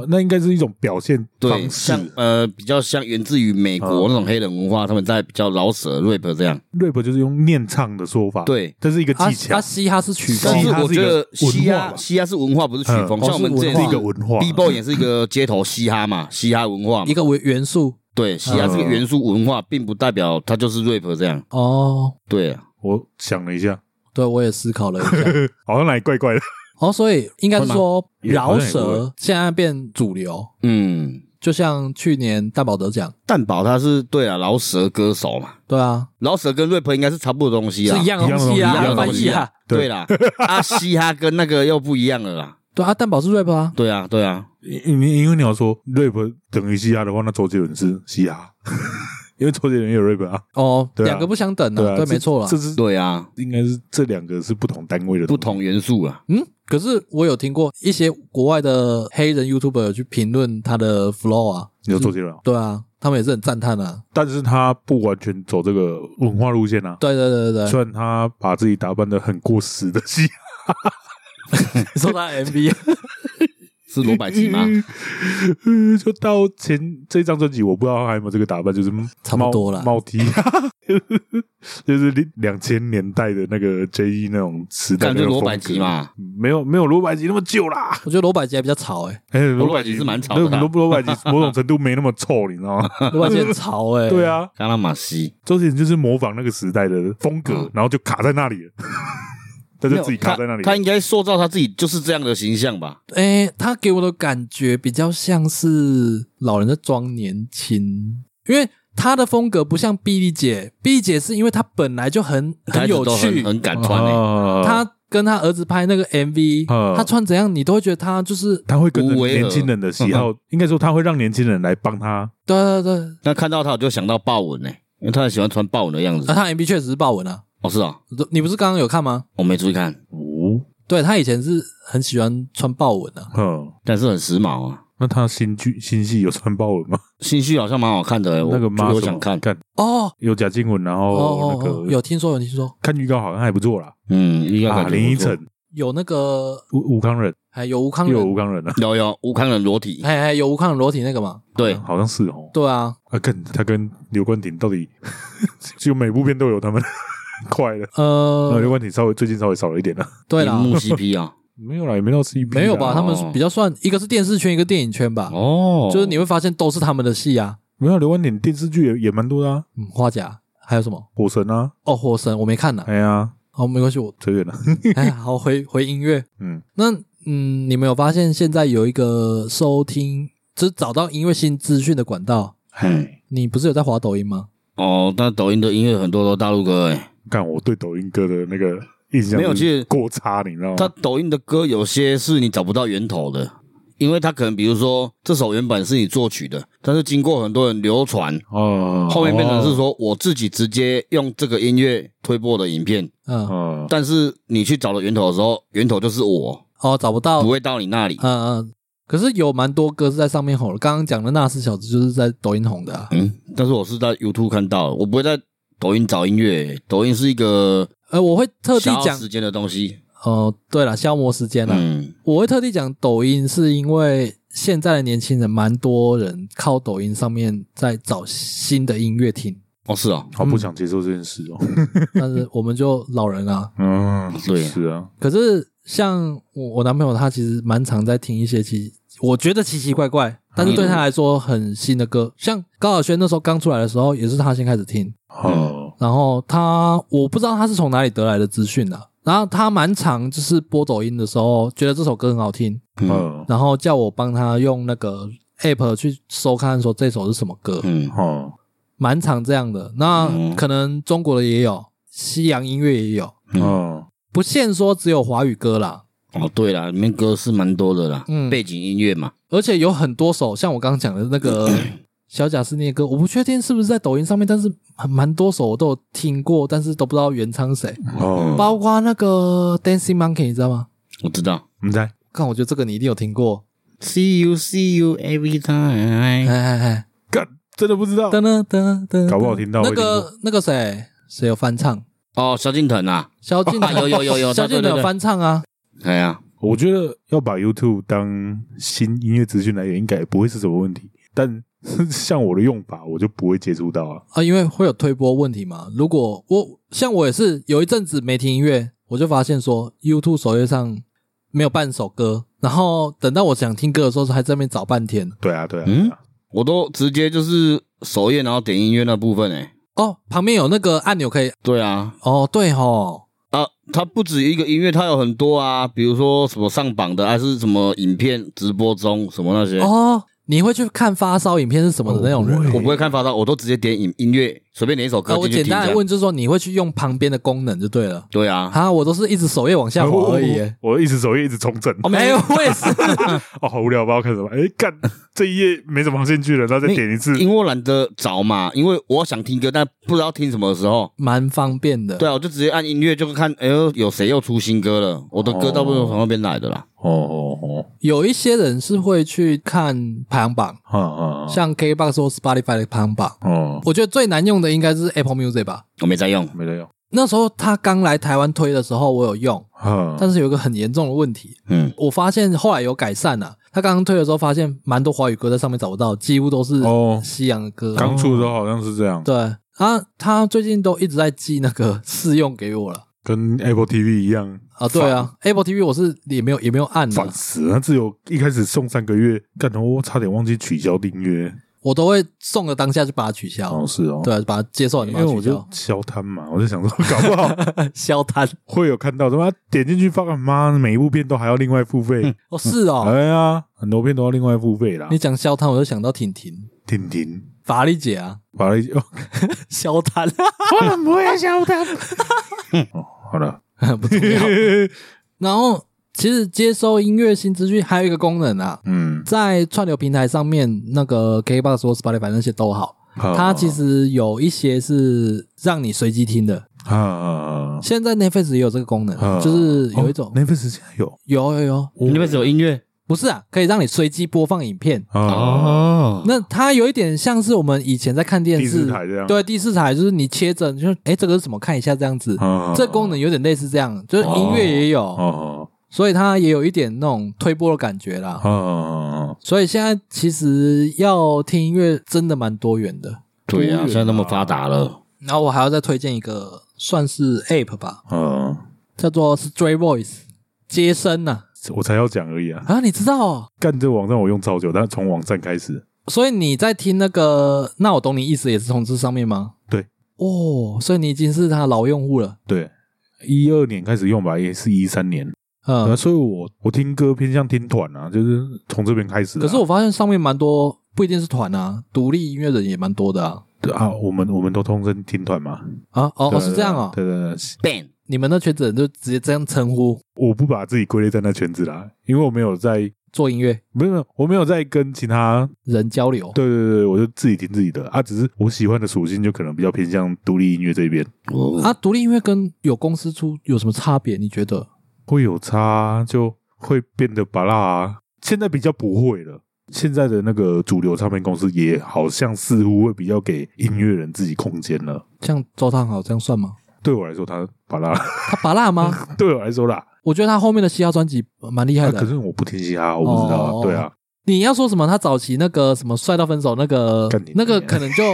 S3: 哦，那应该是一种表现
S1: 对，
S3: 方
S1: 像
S3: 式。
S1: 呃比较像源自于美国
S3: 哦
S1: 那种黑人文化，他们在比较老舍 rap 这样，
S3: rap 就是用念唱的说法，，
S1: 对。
S3: 这是一个
S2: 啊
S3: 技巧
S2: 啊，，嘻哈是曲风
S1: 但
S3: 嘻
S1: 是
S3: 哈
S1: 我
S3: 是一
S1: 觉得
S3: 个
S1: 嘻
S3: 文化
S1: 哈
S3: 吧
S1: 嘻哈是文化，不是曲风。
S3: 嗯
S1: 像我们
S2: 哦
S1: 这
S2: 是文化
S3: 是一个文化。
S1: B-boy 也是一个街头嘻哈嘛，嘻哈文化嘛
S2: 一。个元元素
S1: 对，嘻哈这个元素文化，并不代表它就是 rap 这样。
S2: 哦。
S1: 对啊，
S3: 我想了一下，
S2: 对，我也思考了一下。 (laughs)
S3: 好像哪里怪怪的。
S2: 哦，所以应该是说
S3: 会吗也好
S2: 饶
S3: 像也不会
S2: 舌现在变主流，
S1: 嗯，
S2: 就像去年蛋宝得奖，
S1: 蛋宝他是对啊，饶舌歌手嘛，
S2: 对啊，
S1: 饶舌跟 rap 应该是差不多的东西
S2: 是
S1: 啊，
S2: 一样的东西
S3: 一
S2: 啊，
S3: 样的
S2: 翻
S3: 东
S2: 译
S3: 西
S2: 啊，
S1: 对啦，啊，嘻哈跟那个又不一样了啦。
S2: 对啊，蛋宝是 rap 啊，
S1: 对啊，对啊，
S3: 因因因为你要说 rap 等于嘻哈的话，那周杰伦是嘻 (laughs) 哈，因为周杰伦也有 rap 啊，
S2: 哦，
S3: 对啊
S2: 两个不相等
S3: 对
S2: 啊，
S3: 啊，
S2: 对，
S3: 这
S2: 没错啦
S3: 这。是
S1: 对啊，
S3: 应该是这两个是不同单位的东
S1: 不
S3: 西，
S1: 同元素啊。
S2: 嗯，可是我有听过一些国外的黑人 YouTuber 有去评论他的 flow 啊，
S3: 你说周杰伦啊，
S2: 对啊，他们也是很赞叹啊，
S3: 但是他不完全走这个文化路线啊。
S2: 对对对对
S3: 虽
S2: 对，
S3: 然他把自己打扮的很过时的嘻哈，
S2: 你 (laughs) 说他的 MV
S1: 是 (laughs) 罗百
S3: (laughs)
S1: 吉吗？
S3: 嗯就到前这张专辑，我不知道还有没有这个打扮，就是
S2: 差不多
S3: 了
S2: 啦
S3: 帽 T，就是两千年代的那个 J E 那种时代
S1: 感
S3: 的
S1: 觉
S3: 那种
S1: 罗
S3: 风
S1: 百吉
S3: 格，
S1: 嘛，
S3: 没有没有罗百吉那么旧啦。
S1: (laughs)
S2: 我觉得罗百吉还比较欸吵
S3: (laughs)
S2: 诶、
S3: 哎，
S1: 罗
S3: 罗
S1: 百
S3: 百
S1: 吉
S3: 吉
S1: 是蛮吵的啊
S3: 罗
S1: (laughs)
S3: 罗百吉某种程度没那么臭，你知道吗？
S2: 罗百吉很欸吵诶、
S3: 对，啊，
S1: 加拉玛西。
S3: 周杰伦就是模仿那个时代的风格
S1: 嗯，
S3: 然后就卡在那里了， (laughs) 他就自己卡在那里
S1: 他。他应该塑造他自己就是这样的形象吧？
S2: 诶、他给我的感觉比较像是老人在装年轻，因为他的风格不像碧丽姐，碧丽姐是因为她本来就很很
S1: 开始
S2: 有
S1: 都
S2: 趣
S1: 很，很敢欸穿诶、
S3: 啊
S2: 她跟她儿子拍那个 MV，
S3: 嗯
S2: 她穿怎样你都会觉得她就是
S3: 他会跟着
S1: 无为而
S3: 年轻人的喜好，应该说他会让年轻人来帮他。
S2: 对对对，
S1: 那看到他我就想到豹纹诶、欸因为他很喜欢穿豹纹的样子
S2: 那、。啊他 MV 确实是豹纹啊，
S1: 哦，是啊，
S2: 你不是刚刚有看吗？
S1: 我没注意看，
S3: 哦，
S2: 对他以前是很喜欢穿豹纹啊，
S3: 嗯，
S1: 但是很时髦啊。
S3: 那他新剧新戏有穿豹纹吗？
S1: 新序好像蛮好看的、欸，我
S3: 那个妈
S1: 我
S3: 什么
S1: 想看。
S3: 看
S2: 哦
S3: 有贾静雯，然后
S2: 哦
S3: 那
S2: 哦，
S3: 个
S2: 有听说有听说
S3: 看预告好像还不错啦。
S1: 嗯，应该
S3: 啊，
S1: 感觉
S3: 林依
S1: 不错
S3: 晨、
S2: 有那个
S3: 吴吴康仁
S2: 还有吴康
S3: 又有
S2: 仁
S3: 吴，康仁了，
S1: 有有吴康仁裸体，
S2: 还还有吴康仁裸体那个嘛？
S1: 对，
S3: 好像是哦。
S2: 对啊，
S3: 啊，跟他跟刘冠廷到底 (laughs) 就每部片都有他们 (laughs) 快了。呃，刘
S2: 呃，
S3: 冠廷稍微最近稍微少了一点了，
S2: 对
S1: 荧
S2: 啦，
S1: 幕 CP 啊，
S3: 没有啦，也没到 CP，啦
S2: 没有吧？他们是比较算一个是电视圈，一个电影圈吧，
S1: 哦
S2: (laughs) 就是你会发现都是他们的戏啊。
S3: 没有刘冠廷电视剧也也蛮多的啊，
S2: 嗯，花甲还有什么？
S3: 《火神》啊，
S2: 哦，火神我没看呢、
S3: 哎呀，
S2: 好、没关系，我 (laughs)
S3: 扯远了，
S2: 哎，好回回音乐。
S3: 嗯，
S2: 那嗯，你们有发现现在有一个收听，就是找到音乐新资讯的管道？
S1: 嗯
S2: 你不是有在滑抖音吗？
S1: 哦，但抖音的音乐很多都大陆歌诶、哎
S3: 看我对抖音歌的那个印象
S1: 没有
S3: 是
S1: 其实
S3: 过差，你知
S2: 哦
S3: 道
S1: 他
S3: 吗？
S1: 抖音的歌有些是你找不到源头的，因为他可能比如说这首原本是你作曲的，但是经过很多人流传，
S3: 哦
S1: 后面变成是，说我自己直接用这个音乐推播的影片，
S2: 嗯，
S3: 嗯，
S1: 但是你去找了源头的时候，源头就是我，
S2: 哦，找不到
S1: 不，会到你那里。
S2: 嗯嗯，可是有蛮多歌是在上面红的。刚刚讲的《那斯小子》就是在抖音红的、啊，
S1: 嗯，但是我是在 YouTube 看到的，我不会在抖音找音乐欸、抖音是一个
S2: 呃，我会特地
S1: 消耗
S2: 讲
S1: 时，间的东西。
S2: 呃，对了，消磨时间啦。
S1: 嗯，
S2: 我会特地讲抖音，是因为现在的年轻人蛮多人靠抖音上面在找新的音乐听， (laughs)
S1: 哦是哦，
S3: 好不想接受这件事哦。
S2: 但是我们就老人啊。
S3: 嗯，
S1: 对
S3: 是啊，
S2: 可是像我我男朋友，他其实蛮常在听一些奇，我觉得奇奇怪怪，但是对他来说很新的歌。像高晓轩那时候刚出来的时候，也是他先开始听，
S3: 哦，
S2: 然后他我不知道他是从哪里得来的资讯啊。然后他蛮常就是播抖音的时候，觉得这首歌很好听，
S1: 嗯
S3: 嗯，
S2: 然后叫我帮他用那个 app 去收看说这首是什么歌，
S1: 嗯
S3: 哦，
S2: 蛮常这样的。那
S1: 嗯
S2: 可能中国的也有，西洋音乐也有，
S3: 嗯，
S2: 不限说只有华语歌啦。
S1: 哦对啦，里面歌是蛮多的啦，
S2: 嗯
S1: 背景音乐嘛，
S2: 而且有很多首，像我刚刚讲的那个
S1: 嗯
S2: (clears throat) 小贾斯汀的歌，我不确定是不是在抖音上面，但是很蛮多首我都有听过，但是都不知道原唱是谁。
S1: 嗯
S3: 哦，
S2: 包括那个 Dancing Monkey，你知道吗？
S1: 我知道。
S3: 你猜？
S2: 看，我觉得这个你一定有听过。
S1: See you, see you every
S2: 哎
S1: time。
S2: 哎哎，
S3: 干，真的不知道
S2: 噔噔噔噔，
S3: 搞不好听到会
S2: 那
S3: 听过
S2: 个那个谁谁有翻唱？
S1: 哦，萧敬腾啊，
S2: 萧敬腾
S1: 啊有有有有
S2: 萧敬
S1: 对对
S2: 腾有
S1: 对
S2: 翻唱啊。
S1: 哎呀，
S3: 我觉得要把 YouTube 当新音乐资讯来源，应该也不会是什么问题。但 (laughs) 像我的用法，我就不会接触到啊。
S2: 啊，因为会有推播问题嘛。如果我像我也是有一阵子没听音乐，我就发现说 YouTube 首页上没有半首歌，然后等到我想听歌的时候，还在那边找半天。
S3: 对啊，对啊，
S1: 嗯
S3: 对啊
S1: 我都直接就是首页，然后点音乐那部分哎、
S2: 哦，旁边有那个按钮可以。
S1: 对啊，
S2: 哦，对吼，
S1: 啊，它不止一个音乐，它有很多啊，比如说什么上榜的，还是什么影片直播中什么那些。
S2: 哦，你会去看发烧影片是什么的那种人
S3: 哦
S2: 哦。
S1: 我不会看发烧，我都直接点音音乐，随便点一首歌
S2: 呃，我
S1: 进去
S2: 简
S1: 听
S2: 单
S1: 一
S2: 来
S1: 下。
S2: 问，就是说你会去用旁边的功能就对了。
S1: 对啊，
S2: 啊，我都是一直首页往下滑而已耶。
S3: 我我一直首页一直重整，
S2: 哦，没有，我
S1: (laughs)
S2: 也是。
S3: (laughs) 哦，好无聊，不知道看什么。哎，干，这一页没什么好兴趣了，然后再点一次。
S1: 因为我懒得找嘛，因为我想听歌，但不知道听什么的时候。
S2: 蛮方便的。
S1: 对啊，我就直接按音乐，就看，哎呦，有谁又出新歌了？我的歌大部分从那边来的啦。
S3: 哦哦哦，
S2: 有一些人是会去看排行榜，
S3: 啊啊，啊
S2: 像 KBox 或 Spotify 的排行榜。
S3: 哦，
S2: 我觉得最难用的应该是 Apple Music 吧。
S1: 我没在用，
S3: 没得用。
S2: 那时候他刚来台湾推的时候，我有用，
S3: 啊，
S2: 但是有一个很严重的问题，
S1: 嗯，
S2: 我发现后来有改善了、啊他刚刚推的时候，发现蛮多华语歌在上面找不到，几乎都是
S3: 哦
S2: 西洋的歌。
S3: 刚出的时候好像是这样，
S2: 对啊，他最近都一直在寄那个试用给我了
S3: 跟 Apple TV 一样
S2: 啊。对啊，Apple TV 我是也没有也没有按啊的
S3: 烦，死了。他只有一开始送三个月，干头我差点忘记取消订阅。
S2: 我都会送的当下就把它取消。
S3: 哦，是哦，
S2: 对、啊，就把它接受你
S3: 因
S2: 把它
S3: 为
S2: 取
S3: 我就
S2: 消，
S3: (laughs) 消摊嘛，我就想说，搞不好
S2: (laughs) 消摊。
S3: 会有看到什么点进去发现，妈每一部片都还要另外付费。
S2: 哦，是哦，
S3: 哎呀，很多片都要另外付费啦
S2: 你。讲消摊，我就想到婷婷、
S3: 婷婷，
S2: 法力姐啊，
S3: 把了一 (laughs) 哦，
S2: 消摊
S3: 我很不会消摊。哦，好了，
S2: (laughs) 不重要。然后，其实接收音乐新资讯还有一个功能啊，
S3: (laughs) 嗯，
S2: 在串流平台上面，那个 KBox 或 Spotify 那些都好，
S3: 好
S2: 它其实有一些是让你随机听的。
S3: 啊啊
S2: 现在 Netflix 也有这个功能
S3: 啊，
S2: 就是有一种
S3: 那份时间有
S2: 有有有，
S3: 哦
S1: 那边只有音乐
S2: 不是啊，可以让你随机播放影片。
S3: 啊，
S2: 哦
S1: 哦
S2: 那它有一点像是我们以前在看电
S3: 第
S2: 视
S3: 四，台这样
S2: 对第四台，就是你切着，你就哎这个是什么看一下这样子，
S3: 啊
S2: 这功能有点类似这样，就是音乐也有，
S3: 哦
S2: 所以它也有一点那种推波的感觉啦。
S3: 啊
S2: 所以现在其实要听音乐真的蛮多元的。
S1: 对
S3: 多远
S1: 啊，
S3: 啊
S1: 现在那么发达了，
S2: 然后我还要再推荐一个算是 App 吧，
S3: 啊，
S2: 叫做 Stray Voice 接声呐
S3: 我才要讲而已啊。
S2: 啊你知道哦。
S3: 干这网站我用超久，但是从网站开始，
S2: 所以你在听那个，那我懂你意思，也是从这上面吗？
S3: 对。
S2: 哦，所以你已经是他的老用户了。
S3: 对，一二年开始用吧，也是一三年。呃，
S2: 嗯，
S3: 所以我我听歌偏向听团啊，就是从这边开始的
S2: 可
S3: 啊、
S2: 是我发现上面蛮多，不一定是团啊，独立音乐人也蛮多的啊。
S3: 对啊，我们我们都通称听团嘛。
S2: 啊，哦，
S3: 对
S2: 哦是这样哦。
S3: 对对对，是
S1: ban
S2: 你们那圈子人就直接这样称呼
S3: 我不把自己归类在那圈子啦，因为我没有在，
S2: 做音乐
S3: 没有没有，我没有在跟其他。
S2: 人交流。
S3: 对对对，我就自己听自己的啊，只是我喜欢的属性就可能比较偏向独立音乐这边，
S1: 哦
S2: 啊，独立音乐跟有公司出有什么差别？你觉得？
S3: 会有差啊就会变得巴拉、啊。现在比较不会了。现在的那个主流唱片公司也好像似乎会比较给音乐人自己空间了。
S2: 像周汤豪这样算吗？
S3: 对我来说，他巴拉， (laughs)
S2: 他拔蜡吗？
S3: 对我来说啦，
S2: 我觉得他后面的嘻哈专辑呃蛮厉害
S3: 嗯啊
S2: 的。
S3: 可是我不听嘻哈，我不知道
S2: 哦
S3: 啊。对啊，
S2: 你要说什么？他早期那个什么帅到分手那个
S3: 干你
S2: 那个，可能就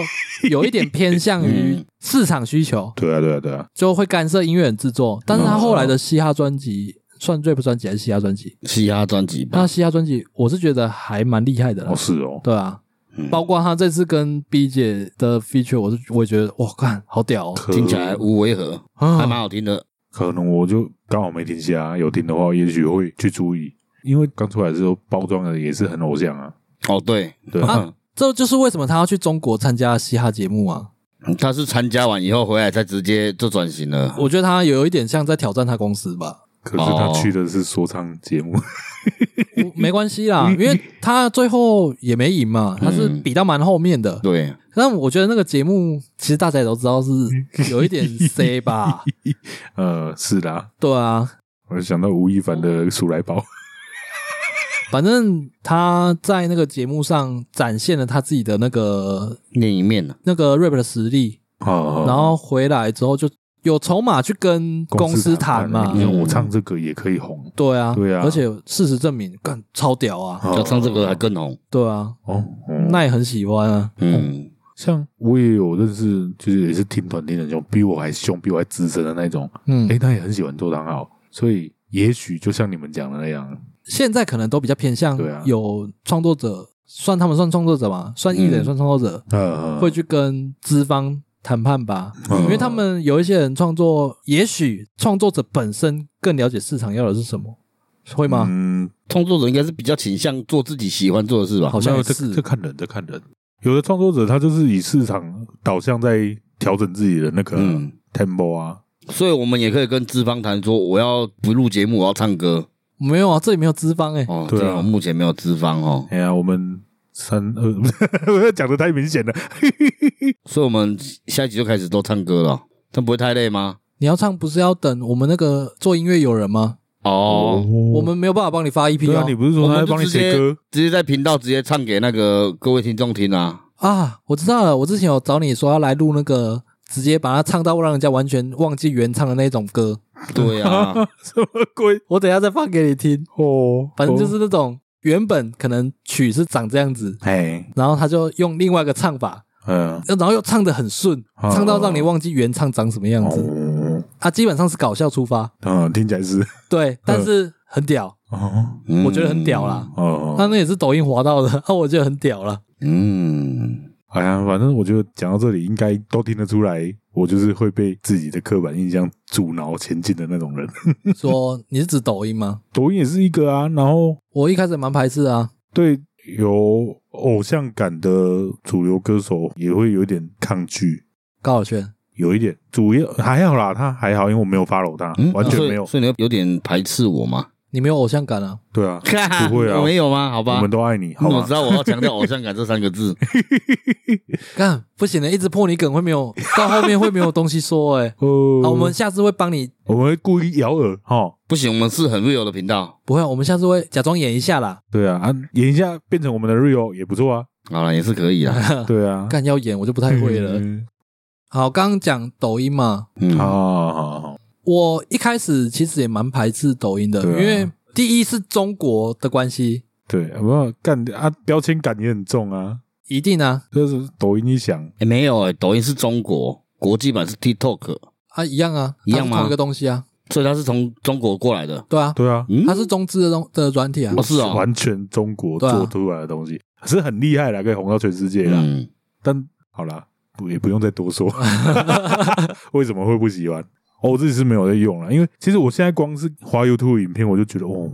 S2: 有一点偏向于
S3: (laughs)
S1: 嗯
S2: 市场需求，
S3: 对啊，对啊，对啊，
S2: 就会干涉音乐人制作。但是他后来的嘻哈专辑，算 rap 专辑还是嘻哈专辑？
S1: 嘻哈专辑
S2: 那
S1: 吧，
S2: 嘻哈专辑我是觉得还蛮厉害的啦
S3: 嗯哦，是哦，
S2: 对啊。
S1: 嗯
S2: 包括他这次跟 B 姐的 feature，我是我也觉得哇，看好屌哦，
S3: 可
S1: 听起来嗯无违和，
S2: 啊
S1: 还蛮好听的。
S3: 可能我就刚好没听嘻哈，有听的话，也许会去注意，因为刚出来的时候包装的也是很偶像啊。
S1: 哦，对
S3: 对啊
S1: 嗯
S2: 这就是为什么他要去中国参加嘻哈节目啊！
S1: 嗯他是参加完以后回来才直接就转型了。
S2: 我觉得他有一点像在挑战他公司吧。
S3: 可是
S1: 哦
S3: 他去的是说唱节目， (laughs)
S2: 我没关系啦，因为他最后也没赢嘛，他是比到蛮后面的。
S1: 对，
S2: 但我觉得那个节目其实大家也都知道是有一点 C 吧，
S3: 呃，是啦，
S2: 对啊，
S3: 我就想到吴亦凡的《鼠来宝》，
S2: 反正他在那个节目上展现了他自己的那个
S1: 另一面啊呢，
S2: 那个 rap 的实力，
S3: 哦
S2: 然后回来之后就有筹码去跟公司谈嘛
S3: 因。为
S1: 嗯
S3: 我唱这个也可以红
S2: 对啊，
S3: 对啊
S2: 而且事实证明，干超屌啊，
S3: 哦
S1: 要唱这个还更红。
S2: 对啊，
S3: 哦，哦
S2: 那也很喜欢啊。
S1: 嗯，
S3: 像我也有认识，就是也是听团听的那种，比我还凶、比我还资深的那种，
S2: 嗯，
S3: 诶，他也很喜欢做唐昊，所以也许就像你们讲的那样，
S2: 现在可能都比较偏向
S3: 对啊
S2: 有创作者，算他们算创作者嘛，算艺人
S1: 嗯
S2: 算创作者，
S3: 呃，
S2: 会去跟资方谈判吧，
S3: 嗯
S2: 因为他们有一些人创作，也许创作者本身更了解市场要的是什么，会吗？
S3: 嗯，
S1: 创作者应该是比较倾向做自己喜欢做的事吧
S2: 好。像
S3: 没有
S2: 也
S3: 这
S2: 是
S3: 这看人，这看人。有的创作者他就是以市场导向在调整自己的那个
S1: 嗯
S3: tempo 啊，
S1: 所以我们也可以跟资方谈说，我要不录节目，我要唱歌。
S2: 没有啊，这里没有资方哎、
S1: 哦，
S3: 对啊
S1: 这样目前没有资方哦，
S3: 哎呀，我们三呃， (laughs) 不是我讲的太明显了，
S1: 所以我们下一集就开始都唱歌了，这样不会太累吗？
S2: 你要唱不是要等我们那个做音乐有人吗？
S1: 哦，
S2: 我
S3: 我
S2: 们没有办法嗯帮你发 EP
S3: 对啊
S2: 哦，、
S3: 你不是
S1: 我
S3: 说他在
S1: 们就
S3: 帮你
S1: 直
S3: 写
S1: 接
S3: 歌？
S1: 直接在频道直接唱给那个各位听众听啊。
S2: 啊，我知道了，我之前有找你说要来录那个。直接把它唱到让人家完全忘记原唱的那种歌，
S1: 对
S3: (laughs)
S1: 啊，
S3: 什么鬼？
S2: 我等一下再放给你听。
S3: 哦，
S2: 反正就
S3: 哦
S2: 是那种原本可能曲是长这样子，
S3: 哎，
S2: 然后他就用另外一个唱法，
S3: 嗯，
S2: 然后又唱得很顺，
S3: 哦
S2: 唱到让你忘记原唱长什么样子。
S3: 哦，
S2: 他基本上是搞笑出发，
S3: 嗯，听起来是
S2: 对，但是很屌，
S3: 哦
S1: 嗯
S2: 我觉得很屌。啦。
S3: 哦，
S2: 他那也是抖音滑到的， (laughs) 啊，我觉得很屌啦。
S1: 嗯，
S3: 哎呀，反正我觉得讲到这里，应该都听得出来，我就是会被自己的刻板印象阻挠前进的那种人。 (laughs)
S2: 说你是指抖音吗？
S3: 抖音也是一个啊，然后
S2: 我一开始蛮排斥啊，
S3: 对有偶像感的主流歌手也会有一点抗拒，
S2: 高晓轩，
S3: 有一点主要还好啦，他还好，因为我没有 follow 他，
S1: 嗯
S3: 完全
S1: 所以
S3: 没有。
S1: 所以你有有点排斥我吗？
S2: 你没有偶像感啊？
S3: 对啊，不会啊，
S1: (laughs) 我没有吗？好
S3: 我
S1: 吧嗯
S3: 们，都爱你，好
S1: 我
S3: 吧
S1: 知？道我要强调偶像感这三个字。
S2: 干不行的，一直破你梗会没有，到后面会没有东西说哎、欸
S3: (laughs) 哦
S2: 好，我们下次会帮你，
S3: 我们会故意咬耳
S2: 哦
S3: 哈。
S1: 不行，我们是很 real 的频道。
S2: 不会，我们下次会假装演一下啦。
S3: 对啊，啊，演一下变成我们的 real 也不错啊。
S1: 好了，也是可以啦。
S3: 对啊，
S2: 干要演我就嗯不太会了。
S3: 嗯
S2: 好，刚刚讲抖音嘛，
S1: 嗯，
S3: 好好好好，
S2: 我一开始其实也蛮排斥抖音的，
S3: 对啊
S2: 因为第一是中国的关系，
S3: 对，没有干啊，标签感也很重啊。
S2: 一定啊
S3: 就是抖音一响，
S1: 诶没有诶、抖音是中国国际版是 TikTok，
S2: 啊一样啊，
S1: 一样
S2: 它是
S1: 吗
S2: 同一个东西啊，
S1: 所以它是从中国过来的。
S2: 对啊，
S3: 对啊，
S1: 嗯
S2: 它，是中资的东的软体啊
S1: 哦，是哦
S3: 完全中国
S2: 对啊
S3: 做出来的东西是很厉害啦，可以红到全世界啦。
S1: 嗯，
S3: 但好啦，不也不用再多说， (laughs) 为什么会不喜欢？哦，我自己是没有在用啦，因为其实我现在光是滑 YouTube 影片，我就觉得哦，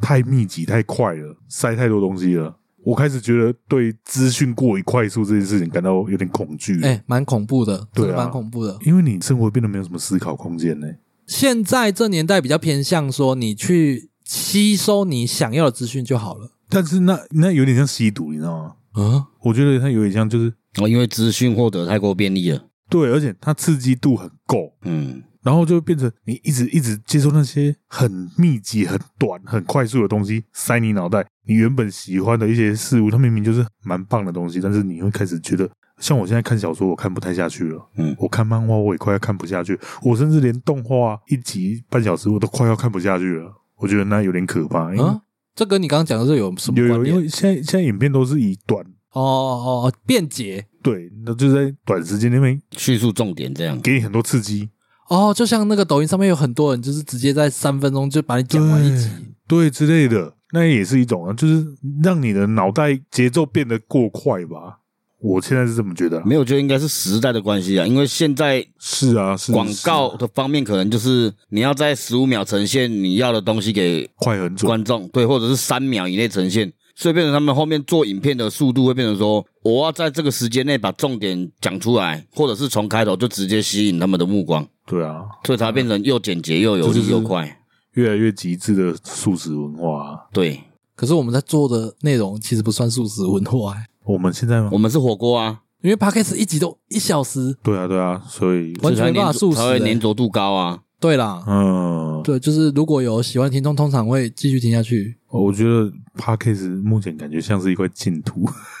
S3: 太密集、太快了，塞太多东西了。我开始觉得对资讯过于快速这件事情感到有点恐惧，
S2: 哎、蛮恐怖的，
S3: 对
S2: 真
S3: 啊
S2: 的蛮恐怖的。
S3: 因为你生活变得没有什么思考空间呢、
S2: 现在这年代比较偏向说你去吸收你想要的资讯就好了，
S3: 但是那那有点像吸毒，你知道吗？
S2: 啊，
S3: 我觉得它有点像，就是
S1: 哦，因为资讯获得太过便利了。
S3: 对，而且它刺激度很够，
S1: 嗯，
S3: 然后就变成你一直一直接受那些很密集、很短、很快速的东西塞你脑袋。你原本喜欢的一些事物，它明明就是蛮棒的东西，但是你会开始觉得像我现在看小说，我看不太下去了。
S1: 嗯
S3: 我看漫画，我也快要看不下去。我甚至连动画一集半小时，我都快要看不下去了。我觉得那有点可怕。因为
S2: 嗯，这跟你刚刚讲的这有什么
S3: 有
S2: 关
S3: 有，因
S2: 联？
S3: 为现在现在影片都是以短
S2: 哦哦哦，便捷
S3: 对，那就在短时间内面
S1: 叙述重点这样。
S3: 给你很多刺激。
S2: 哦，就像那个抖音上面有很多人，就是直接在三分钟就把你讲完一集。
S3: 对之类的，那也是一种啊，就是让你的脑袋节奏变得过快吧。我现在是这么觉得啊、
S1: 没有，我觉得应该是时代的关系啊，因为现在
S3: 是啊，是
S1: 广
S3: 是
S1: 告的方面可能就是你要在十五秒呈现你要的东西给
S3: 快很准，
S1: 观众，对，或者是三秒以内呈现，所以变成他们后面做影片的速度会变成说，我要在这个时间内把重点讲出来，或者是从开头就直接吸引他们的目光，
S3: 对啊，
S1: 所以才变成又简洁又有
S3: 这就
S1: 力
S3: 是
S1: 又快。
S3: 越来越极致的素食文化、啊。
S1: 对，
S2: 可是我们在做的内容其实不算素食文化、欸，
S3: 我们现在吗
S1: 我？们是火锅啊，
S2: 因为 podcast 一集都一小时。
S3: 对啊，对啊，所以
S1: 所
S2: 完全
S1: 以才
S2: 没办
S1: 粘
S2: 法
S1: 着
S2: 速食
S1: 才会
S2: 欸
S1: 粘着度高啊。
S2: 对啦，
S3: 嗯，
S2: 对，就是如果有喜欢的听众，通常会继续听下去。
S3: 我觉得 podcast 目前感觉像是一块净土， (laughs)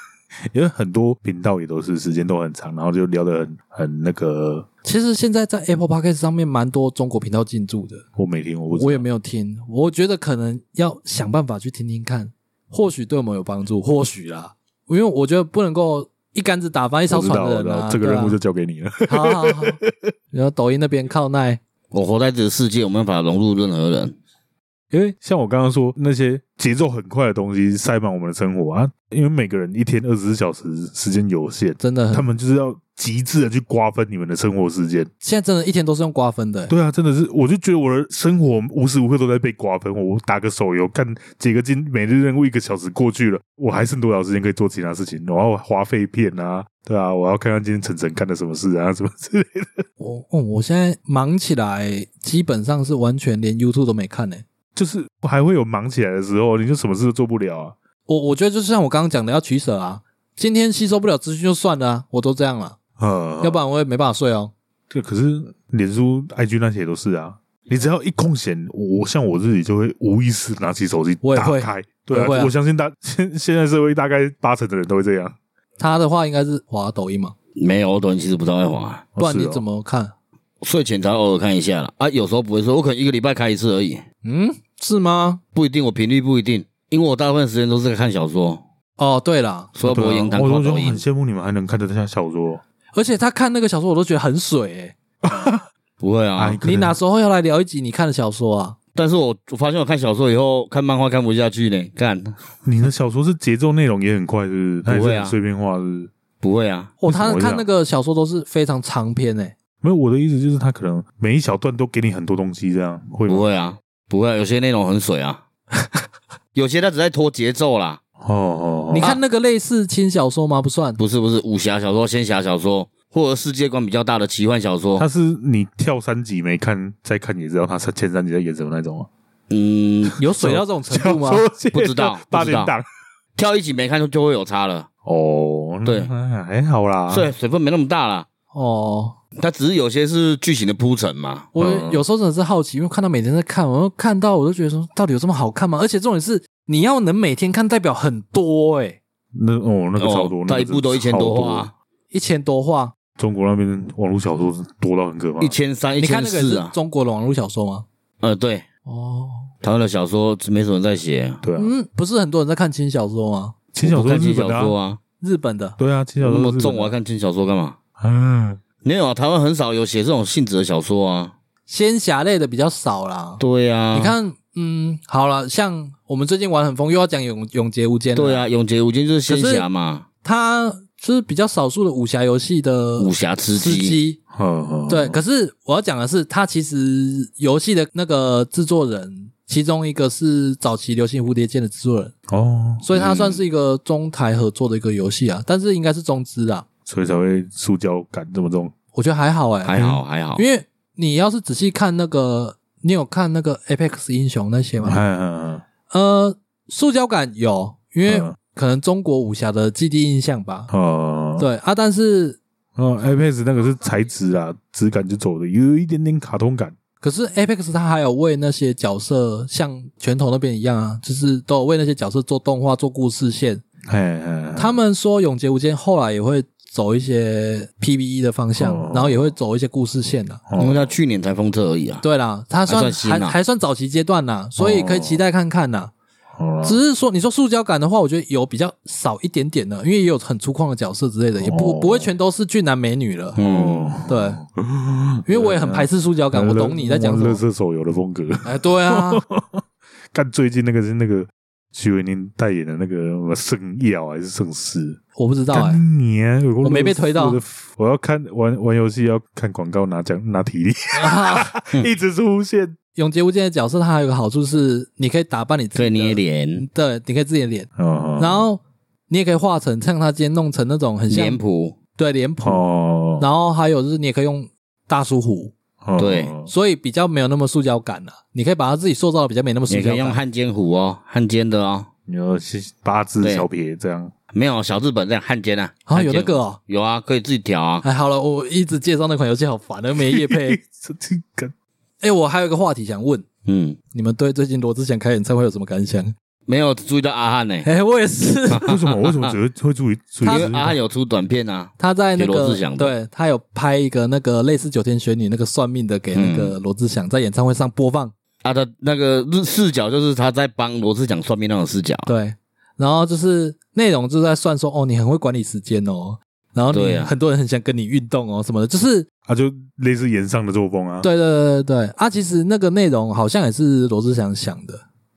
S3: 因为很多频道也都是时间都很长，然后就聊得很很那个。
S2: 其实现在在 Apple Podcast 上面蛮多中国频道进驻的，
S3: 我没听，我不知道
S2: 我也没有听，我觉得可能要想办法去听听看，或许对我们有帮助，或许啦，因为我觉得不能够一竿子打翻一艘
S3: 我知
S2: 船
S3: 道，
S2: 的
S3: 我知
S2: 人啊，
S3: 道，这个
S2: 对啊
S3: 任务就交给你了。 (laughs)
S2: 好好好，然后抖音那边靠奈，
S1: 我活在这个世界，我没办法融入任何人。
S3: 因为像我刚刚说那些节奏很快的东西塞满我们的生活啊，因为每个人一天二十四小时时间有限，
S2: 真的
S3: 他
S2: 很，
S3: 们就是要极致的去瓜分你们的生活时间。
S2: 现在真的一天都是用瓜分的、欸
S3: 对啊，真的是，我就觉得我的生活无时无刻都在被瓜分。我打个手游，干解个金每日任务，一个小时过去了，我还剩多少时间可以做其他事情？我要划废片啊，对啊，我要看看今天晨晨干了什么事啊，什么之类的。
S2: 我哦，我现在忙起来，基本上是完全连 YouTube 都没看欸呢、
S3: 就是还会有忙起来的时候，你就什么事都做不了啊。
S2: 我我觉得就是像我刚刚讲的，要取舍啊。今天吸收不了资讯就算了啊、我都这样了，
S3: 呃，
S2: 要不然我也没办法睡哦。
S3: 对，可是脸书、IG 那些也都是啊。你只要一空闲，我像我自己就会无意识拿起手机
S2: 我也
S3: 打
S2: 会
S3: 开。对啊，
S2: 我也会啊
S3: 我相信大现现在社会大概八成的人都会这样。
S2: 他的话应该是滑抖音嘛，
S1: 没有，我抖音其实不太会滑，
S2: 不然
S3: 是
S2: 你
S3: 哦
S2: 怎么看？
S1: 睡前才偶尔看一下啦。啊，有时候不会说，我可能一个礼拜开一次而已，
S2: 嗯，是吗？
S1: 不一定，我频率不一定，因为我大部分时间都是在看小说，
S2: 哦，对啦，
S1: 所以不会
S3: 对啊
S1: 影响
S3: 我
S1: 看
S3: 我就
S1: 抖音
S3: 很。羡慕你们还能看得下小说。
S2: 而且他看那个小说我都觉得很水、欸。
S1: 不会啊
S3: 哎，可能
S2: 你哪时候要来聊一集你看的小说啊？
S1: 但是我我发现我看小说以后，看漫画看不下去呢。看，
S3: 你的小说是节奏内容也很快，是不是？它也
S1: 不会
S3: 是
S1: 啊
S3: 很碎片化，是不是？
S1: 不会啊，
S2: 哦，
S3: 为什么
S2: 他
S3: 会这
S2: 看
S3: 样
S2: 那个小说都是非常长篇欸诶、
S3: 没有，我的意思就是，它可能每一小段都给你很多东西，这样会吗
S1: 不？会啊，不会啊，有些内容很水
S3: (laughs)
S1: 啊，有些它只在拖节奏啦。
S3: 哦哦，哦
S2: 你看那个类似轻小说吗？不算，
S1: 不是不是，武侠小说、仙侠小说，或者世界观比较大的奇幻小说
S3: 它，是你跳三集没看，再看也知道它是前三集在演什么那种啊。
S1: 嗯，
S2: 有水到这种程度
S3: (laughs)
S2: 吗？
S1: 不知道
S3: 八
S1: 不知道
S3: 点档
S1: 跳一集没看就就会有差了，
S3: 哦，那
S1: 对
S3: 还好啦。
S1: 所以水分没那么大啦。
S2: 哦，
S1: 它只是有些是剧情的铺陈嘛，
S2: 我
S3: 嗯
S2: 有时候真的是好奇，因为看到每天在看，我看到我都觉得说，到底有这么好看吗？而且重点是，你要能每天看，代表很多欸诶、
S3: 那哦，那个超多，
S1: 哦它
S3: 那个
S1: 一部都一千
S3: 超
S1: 多
S3: 多
S1: 话啊，
S2: 一千多话。
S3: 中国那边网络小说是多到很可怕
S1: 一。千三、一
S2: 你看
S1: 千
S2: 那个也
S1: 四
S2: 是
S1: 啊，
S2: 中国的网络小说吗？
S1: 呃，对，
S2: 哦，
S1: 台湾的小说没什么人在写啊，
S3: 对啊，
S2: 嗯，不是很多人在看轻小说吗？
S3: 轻小
S1: 我不
S3: 说
S1: 看轻
S3: 是日本
S1: 小
S3: 的
S1: 说
S3: 啊，
S1: 啊，
S2: 日本的
S3: 对啊，轻小
S1: 那
S3: 说
S1: 么
S3: 是日本
S1: 重
S3: 的
S1: 我还看轻小说干嘛？
S3: 嗯，
S1: 没有啊，台湾很少有写这种性质的小说啊。
S2: 仙侠类的比较少啦。
S1: 对啊，
S2: 你，看，嗯，好了，像我们最近玩很疯，又要讲永永劫无间了。
S1: 对啊，《永劫无间》就是仙侠嘛，
S2: 它就是比较少数的武侠游戏的
S1: 武侠吃
S2: 司
S1: 鸡，
S2: 机。
S3: 嗯嗯
S2: 对，可是我要讲的是，它其实游戏的那个制作人，其中一个是早期《流星蝴蝶剑》的制作人，
S3: 哦，
S2: 所以它算是一个中台合作的一个游戏啊，但是应该是中资啊，
S3: 所以才会塑胶感这么重。
S2: 我觉得还好哎、
S1: 还好还好
S2: 因。为你要是仔细看那个，你有看那个 Apex 英雄那些
S3: 嗯
S2: 吗？
S3: 嗯
S2: 呃，塑胶感有，因为
S3: 嗯
S2: 可能中国武侠的基地印象吧。
S3: 嗯，
S2: 对啊，但是
S3: 嗯，iPad 那个是材质啊，质感就走的，有一点点卡通感。
S2: 可是 Apex 它还有为那些角色，像拳头那边一样啊，就是都有为那些角色做动画、做故事线。
S3: 哎哎，
S2: 他们说《永劫无间》后来也会走一些 PVE 的方向，
S3: 哦
S2: 然后也会走一些故事线的。
S1: 因为他去年才封测而已啊。
S2: 对啦，它
S1: 还
S2: 算
S1: 算新
S2: 还
S1: 啊
S2: 还算早期阶段啦，所以可以期待看看啦。
S3: 好啦
S2: 只是说，你说塑胶感的话，我觉得有比较少一点点的，因为也有很粗犷的角色之类的，也不
S3: 哦
S2: 不会全都是俊男美女了。
S3: 哦，
S2: 对，因为我也很排斥塑胶感，我懂你在讲什
S3: 乐
S2: 么。
S3: 色手游的风格。
S2: 哎，对啊，
S3: 干最近那个是那个徐伟宁代言的那个什么圣药还是圣诗？
S2: 我不知道哎、
S3: 干你啊！我
S2: 我没被推到
S3: 我的我要看玩玩游戏要看广告拿奖拿体力，
S2: 啊
S3: (laughs) 一直出现。
S2: 永劫无间的角色，它还有个好处是，你可以打扮你自己
S1: 可
S2: 的
S1: 以捏，脸、
S2: 对，你可以自己的脸，
S3: 哦
S2: 然后你也可以画成，像他今天弄成那种很像
S1: 脸谱，
S2: 对脸谱，
S3: 哦，
S2: 然后还有就是你也可以用大叔胡，
S3: 哦
S1: 对
S2: 所以比较没有那么塑胶感了、你可以把它自己塑造的比较没那么塑
S1: 也可
S2: 胶
S1: 以用
S2: 感。
S1: 汉奸虎哦，汉奸的哦，
S3: 你要是八字小撇这样，
S1: 没有小日本这样汉奸啊。
S2: 啊，
S1: 汉
S2: 有
S1: 奸
S2: 那个、哦。
S1: 有啊，可以自己调啊。
S2: 哎，好了，我一直介绍那款游戏好烦，而没夜
S3: (laughs)
S2: 配。
S1: (laughs)
S3: 这这个
S2: 哎，我还有一个话题想问，
S1: 嗯，
S2: 你们对最近罗志祥开演唱会有什么感想？ (laughs)
S1: 没有注意到阿汉呢、欸，
S2: 哎，我也是。
S3: 为什么为什么只会会注意注意
S2: 他
S1: 因为阿汉有出短片啊。
S2: 他在
S1: 给
S2: 那
S1: 罗
S2: 个
S1: 志祥的
S2: 对他有拍一个那个类似九天玄女那个算命的给那
S1: 嗯
S2: 个罗志祥在演唱会上播放，
S1: 啊，他那个日视角就是他在帮罗志祥算命那种视角。啊
S2: 对，然后就是内容就是在算说哦，你很会管理时间哦，然后你
S1: 对啊
S2: 很多人很想跟你运动哦什么的，就是
S3: 啊，就类似岩上的作风啊。，
S2: 对对对对对啊，其实那个内容好像也是罗志祥想的，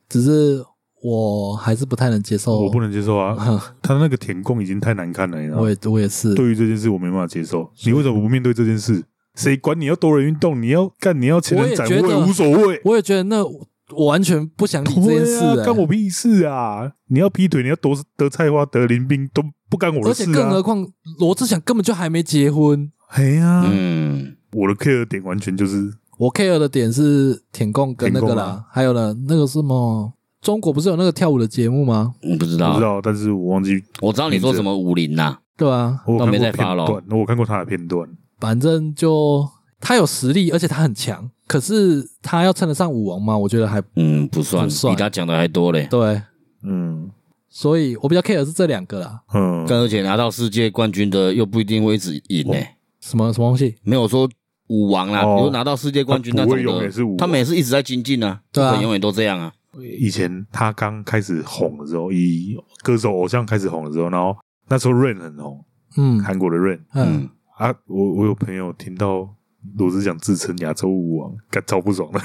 S2: 只是我还是不太能接受，
S3: 我不能接受啊，
S2: 哦
S3: 他那个填供已经太难看了，你知道
S2: 我
S3: 吗？
S2: 也我也是，
S3: 对于这件事我没办法接受，你为什么不面对这件事？谁管你要多人运动？你要干你要千人展，
S2: 我也觉
S3: 我
S2: 得
S3: 也无所谓。
S2: 我也觉得那我完全不想理这件事、
S3: 对啊
S2: 欸，
S3: 干我屁事啊！你要劈腿，你要得得菜花、得林兵都不干我
S2: 而
S3: 的
S2: 且
S3: 事
S2: 更何
S3: 啊！
S2: 况罗志祥根本就还没结婚。
S3: 哎呀，
S1: 嗯，
S3: 我的 care 点完全就是
S2: 我 care 的点是舔供跟那个
S3: 舔
S2: 啦，
S3: 供啊
S2: 还有呢，那个什么，中国不是有那个跳舞的节目吗？
S1: 我不知
S3: 不
S1: 道
S3: 知，道，但是我忘记
S1: 我知道你说什么武林呐、
S2: 对啊，
S3: 我有
S1: 都
S3: 看
S1: 没
S3: 过
S1: 在
S3: 片
S1: 发咯
S3: 段，我看过他的片段。
S2: 反正就他有实力，而且他很强，可是他要称得上舞王吗？我觉得还
S1: 嗯，不算，
S2: 不算
S1: 比他讲的还多嘞。
S2: 对，
S3: 嗯
S2: 所以我比较 care 的是这两个啦，
S3: 嗯，
S1: 但而且拿到世界冠军的又不一定会一直赢嘞、
S2: 什么什么东西？
S1: 没有说武王啦，
S3: 哦
S1: 比如拿到世界冠军那
S3: 他
S1: 种
S3: 不会永
S1: 的
S3: 远是武，王
S1: 他们也是一直在精进啊，
S2: 对
S1: 日
S2: 啊
S1: 本永远都这样啊。
S3: 以前他刚开始红的时候，以歌手偶像开始红的时候，然后那时候 Rain 很红，
S2: 嗯
S3: 韩国的 Rain
S2: 嗯，
S1: 嗯，
S3: 啊，我我有朋友听到罗志祥自称亚洲舞王，感超不爽的，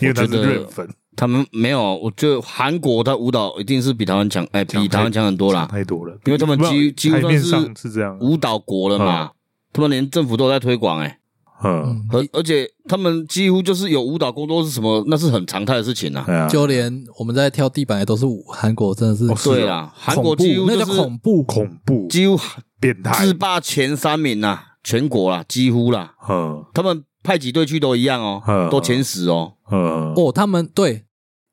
S3: 因为他是
S1: 我觉得
S3: Rain 粉，
S1: 他们没有，我觉得韩国的舞蹈一定是比台湾强，哎、
S3: 强
S1: 比台湾强很多啦，
S3: 太多了，
S1: 因为他们
S3: 不知道
S1: 几几乎
S3: 台
S1: 算
S3: 面
S1: 是
S3: 上是这样，
S1: 舞蹈国了嘛，他们连政府都在推广哎、
S3: 嗯，
S2: 嗯
S1: 而而且他们几乎就是有舞蹈工作是什么，那是很常态的事情啊。
S3: 哎呀，
S2: 就连我们在跳地板的都是舞，韩国真的是
S3: 哦是
S1: 对啦，韩国
S2: 恐怖
S1: 几乎
S2: 那
S1: 就
S2: 叫
S1: 是
S2: 恐怖，
S3: 恐怖
S1: 几乎
S3: 变态，
S1: 自霸前三名呐、全国啦，几乎啦，
S3: 嗯
S1: 他们派几队去都一样哦
S3: 嗯，
S1: 都前十哦。
S3: 嗯
S2: 哦，他们对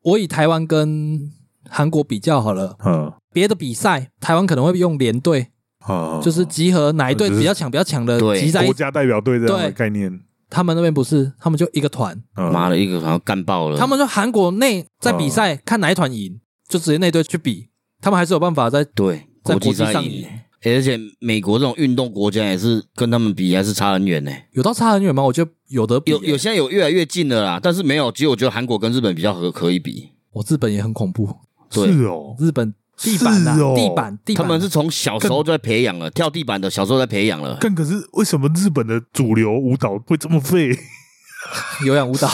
S2: 我以台湾跟韩国比较好了，
S3: 嗯
S2: 别的比赛台湾可能会用连队，
S3: 嗯，
S2: 就是集合哪一队
S3: 就是
S2: 比较强、比较强的
S1: 哦对
S2: 集在一
S3: 国，家代表队这样的
S2: 对
S3: 概念，嗯
S2: 他们那边不是，他们就一个团，
S1: 妈
S3: 的，
S1: 的，一个好像干爆了。
S2: 他们说韩国内在比赛看哪一团赢，就直接那队去比，他们还是有办法在
S1: 对国
S2: 在国
S1: 际
S2: 际
S1: 赛
S2: 上
S1: 赢
S2: 赢，
S1: 欸而且美国这种运动国家也是跟他们比还是差很远呢。欸
S2: 有到差很远吗？我觉得有得比、
S1: 有有，现在有越来越近了啦，但是没有。其实我觉得韩国跟日本比较合可以比，
S2: 我日本也很恐怖，
S1: 对
S3: 是哦，
S2: 日本地板啊，
S3: 是哦
S2: 地板地
S1: 他
S2: 板，
S1: 们是从小时候就在培养了，跳地板的小时候在培养了。
S3: 但可是为什么日本的主流舞蹈会这么废？
S2: (laughs) 有氧舞蹈，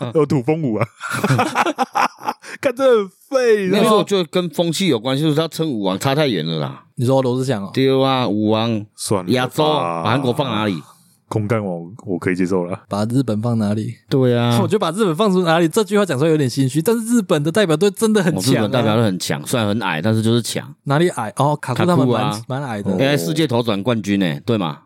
S1: 嗯
S3: (laughs) 有土
S1: (laughs)
S3: 风舞啊，看这很废，
S1: 那
S3: 然
S1: 时
S3: 后
S1: 候就跟风气有关系，就是他称武王差太远了啦。
S2: 你说罗志祥哦，
S1: 对啊，武王
S3: 算了吧，
S1: 亚洲把韩国放哪里？
S3: 空干我我可以接受了，
S2: 把日本放哪里？
S1: 对啊
S2: 我就把日本放出哪里？这句话讲出来有点心虚，但是日本的代表队真的很
S1: 我日
S2: 强、啊，
S1: 本代表都很强，虽然很矮，但是就是强。
S2: 哪里矮？哦，卡库他们
S1: 卡库啊
S2: 蛮蛮、矮的，
S3: 哦
S1: 哎，世界头转冠军呢，对吗？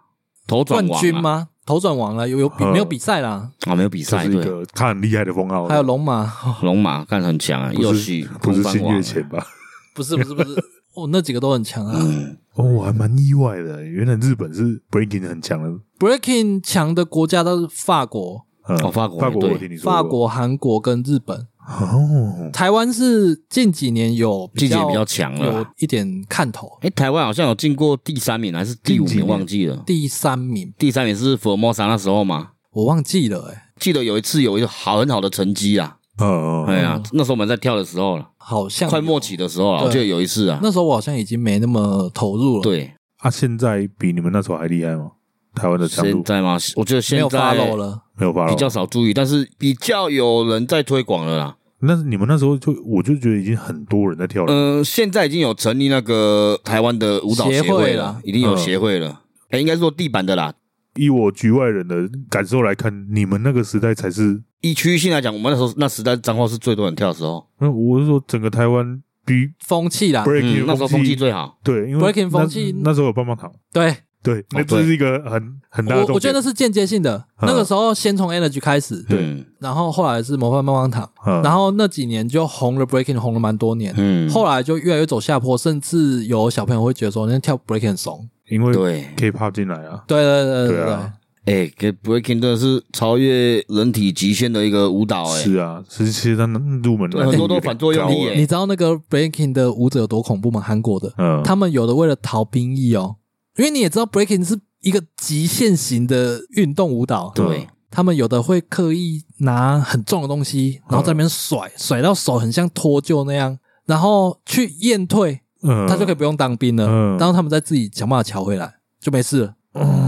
S1: 头转
S2: 冠
S1: 王啊
S2: 军？吗？头转王啊了，有有比
S3: 嗯
S2: 没有比赛啦？
S1: 啊，没有比
S3: 这
S1: 赛，
S3: 是一
S1: 对。
S3: 个他很厉害的封号，
S2: 还有龙马， (laughs) 哦
S1: 龙马干很强啊，
S3: 不
S1: 又是
S3: 是不是
S1: 空
S3: 新
S1: 翻王
S3: 月
S1: 啊
S3: 前吧？ (laughs)
S2: 不是不是不是，哦，那几个都很强啊。
S1: 嗯，
S3: 哦，我还蛮意外的，原来日本是 breaking 很强的。
S2: Breaking 强的国家都是法国、
S3: 嗯
S1: 哦法国
S3: 法国，
S1: 对
S3: 我听你说过
S2: 法，国、韩国跟日本，
S3: 哦，
S2: 台湾是近几年有
S1: 季节比较
S2: 较
S1: 强了
S2: 有
S1: 啦。
S2: 一点看头，
S1: 哎、台湾好像有进过第三名还是第五
S3: 近几
S1: 名，
S3: 年
S1: 忘记了。
S2: 第三名
S1: 第三名是福尔摩沙那时候嘛，
S2: 我忘记了、欸，
S1: 记得有一次有一个好很好的成绩啊，
S3: 嗯
S1: 哎
S3: 嗯，
S1: 呀、那时候我们在跳的时候了，
S2: 好像
S1: 快
S2: 有
S1: 末期的时候了，
S2: 对
S1: 我记得有一次啊，
S2: 那时候我好像已经没那么投入了，，
S1: 对，
S3: 啊，现在比你们那时候还厉害吗？台湾的强
S1: 现
S3: 度
S1: 在嘛，我觉得
S2: 没
S1: 现
S2: 有 follow
S1: 在
S2: 了。
S3: 没有发
S1: 比较
S3: 了，
S1: 少注意，但是比较有人在推广了啦。
S3: 那你们那时候就我就觉得已经很多人在跳了，
S1: 嗯、现在已经有成立那个台湾的舞蹈协
S2: 协会
S1: 了
S2: 啦，
S1: 已经有
S3: 嗯
S1: 协会了。哎、应该说地板的啦，
S3: 以我局外人的感受来看，你们那个时代才是，
S1: 以区域性来讲，我们那时候那时代彰化是最多人跳的时候，
S3: 那我是说整个台湾比
S2: 风气啦，
S3: breaking
S1: 嗯，那时候风气最好。
S3: 对，因为
S2: breaking
S3: 那
S2: 风气
S3: 那时候有棒棒糖，
S2: 对
S3: 哦对，那
S1: 对
S3: 这是一个很很大的
S2: 我
S3: 重
S2: 我觉
S3: 点
S2: 得。是间接性的。
S3: 嗯
S2: 那个时候先从 Energy 开始，
S3: 对
S1: 嗯
S2: 然后后来是魔幻棒棒糖，
S3: 嗯
S2: 然后那几年就红了 Breaking，红了蛮多年。
S1: 嗯，
S2: 后来就越来越走下坡，甚至有小朋友会觉得说，那跳 breaking 很怂。
S3: 因为
S1: 对，
S3: K-pop 进来啊，
S2: 对对对对
S3: 对
S2: 对
S3: 啊
S1: 哎、给 breaking 真的是超越人体极限的一个舞蹈、哎，
S3: 是啊，是其实它能入门
S1: 对
S3: 难
S1: 很多
S3: 度
S1: 都
S3: 有点
S1: 反作用力
S3: 高啊
S1: 耶
S3: 了
S2: 你知道那个 breaking 的舞者有多恐怖吗？韩国的，
S3: 嗯，
S2: 他们有的为了逃兵役哦，因为你也知道 breaking 是一个极限型的运动舞蹈，
S1: 对，
S2: 他们有的会刻意拿很重的东西，
S3: 嗯
S2: 然后在那边甩，甩到手很像脱臼那样，然后去验退，
S3: 嗯
S2: 他就可以不用当兵了，
S3: 嗯
S2: 然后他们再自己想办法瞧回来，就没事了。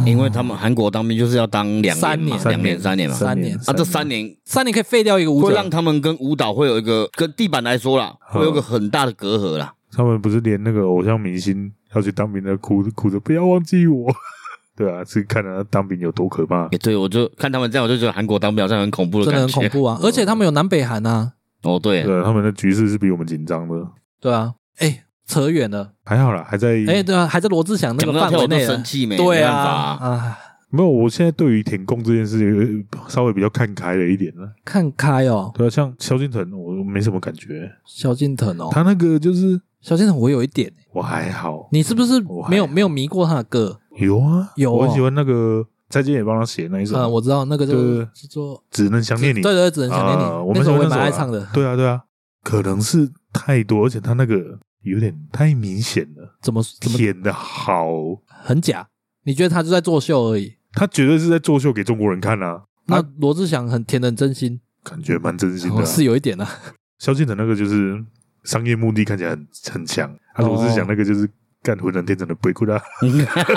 S1: 因为他们韩国当兵就是要当两
S2: 三
S1: 嘛，
S2: 年
S1: 两年三年嘛，
S2: 三年
S1: 啊，这三年啊
S2: 三年可以废掉一个舞
S1: 会
S2: 者，
S1: 让他们跟舞蹈会有一个跟地板来说啦，
S3: 嗯
S1: 会有一个很大的隔阂啦。
S3: 他们不是连那个偶像明星要去当兵的哭哭着不要忘记我， (laughs) 对啊，是看他当兵有多可怕
S1: 也、。对，我就看他们这样，我就觉得韩国当兵好像很恐怖的
S2: 真
S1: 感
S2: 的
S1: 觉，
S2: 很恐怖
S3: 嗯
S2: 啊！而且他们有南北韩啊，
S1: 哦，对，
S3: 对啊，他们的局势是比我们紧张的，
S2: 对啊，哎，扯远了，
S3: 还好啦，还在。
S2: 哎，对啊，还在罗志祥那
S1: 讲
S2: 个
S1: 到
S2: 范
S1: 跳
S2: 围
S1: 我就
S2: 内了
S1: 生，气没，
S2: 对
S1: 没办
S2: 啊，
S1: 法啊。
S2: 啊，
S3: 没有，我现在对于舔供这件事情呃稍微比较看开了一点了。
S2: 看开哦，
S3: 对啊，像萧敬腾，我我没什么感觉，
S2: 萧敬腾哦，
S3: 他那个就是
S2: 萧敬腾我有一点，
S3: 我还好，
S2: 你是不是没有
S3: 我还
S2: 没有迷过他的歌？
S3: 有啊，
S2: 有哦
S3: 我很喜欢那个蔡健也帮他写那一首，
S2: 嗯，我知道那个就
S3: 啊对对对
S2: 是做
S3: 只能想念你，
S2: 对对，对只能想念
S3: 啊
S2: 你，
S3: 我
S2: 那
S3: 们
S2: 首
S3: 喜欢
S2: 我也
S3: 那
S2: 蛮
S3: 首
S2: 爱
S3: 啊
S2: 唱的，
S3: 对啊，对啊，可能是太多，而且他那个有点太明显了，
S2: 怎么怎么
S3: 舔的好，
S2: 很假？你觉得他就在作秀而已？
S3: 他绝对是在作秀给中国人看啊，
S2: 那
S3: 他
S2: 罗志祥很填的很真心，
S3: 感觉蛮真心的、
S2: 哦
S3: 啊。
S2: 是有一点啊，
S3: 萧敬腾那个就是商业目的看起来很很强，啊，罗志祥那个就是干浑然天成的啊鬼哭啦，
S1: (laughs)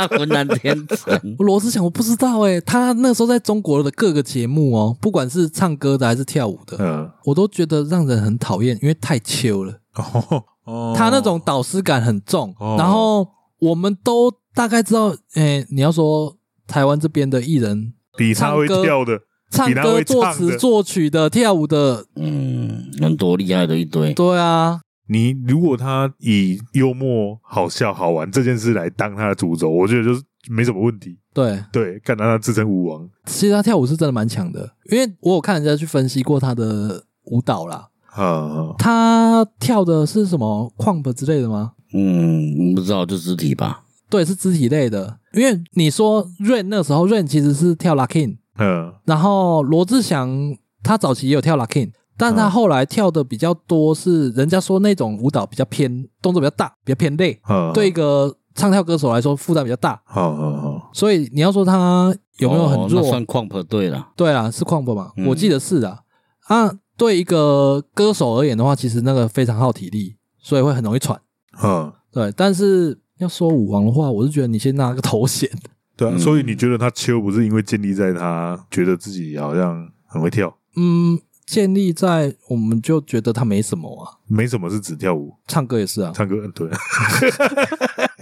S1: 浑然天成，
S2: 罗志祥我不知道哎、他那时候在中国的各个节目哦，不管是唱歌的还是跳舞的，
S3: 嗯，
S2: 我都觉得让人很讨厌，因为太秋了。
S3: 哦哦
S2: 他那种导师感很重，
S3: 哦
S2: 然后我们都大概知道，诶、你要说台湾这边的艺人
S3: 比他会
S2: 唱歌
S3: 跳的，
S2: 唱
S3: 比他
S2: 歌、
S3: 会
S2: 作
S3: 唱
S2: 词、
S3: 的。
S2: 作曲的、跳舞的，
S1: 嗯，很多厉害的一堆。
S2: 对啊，
S3: 你如果他以幽默、好笑、好玩这件事来当他的主轴，我觉得就是没什么问题。
S2: 对，
S3: 对，干他他自称舞王，
S2: 其实他跳舞是真的蛮强的，因为我有看人家去分析过他的舞蹈啦，
S3: 啊，
S2: 他跳的是什么 quamp 之类的吗？
S1: 嗯，不知道就肢体吧。
S2: 对，是肢体类的，因为你说 Rain 那时候 Rain 其实是跳 Locking，
S3: 嗯，
S2: 然后罗志祥他早期也有跳 locking，但他
S3: 嗯
S2: 后来跳的比较多是人家说那种舞蹈比较偏动作比较大，比较偏累，
S3: 啊，
S2: 对一，个唱跳歌手来说负担比较大，
S3: 好好好，
S2: 所以你要说他有没有很
S1: 哦、那
S2: 弱？啊
S1: 算 comp 对了。
S2: 对啊，是旷 u 嘛，
S1: 嗯
S2: 我记得是啊。啊，对一个歌手而言的话，其实那个非常耗体力，所以会很容易喘。
S3: 嗯，
S2: 对，但是要说舞王的话，我是觉得你先拿个头衔， (laughs)
S3: 对啊，
S1: 嗯
S3: 所以你觉得他秋不是因为建立在他觉得自己好像很会跳，
S2: 嗯，建立在我们就觉得他没什么啊，
S3: 没什么是只跳舞、
S2: 唱歌也是啊，
S3: 唱歌，嗯对，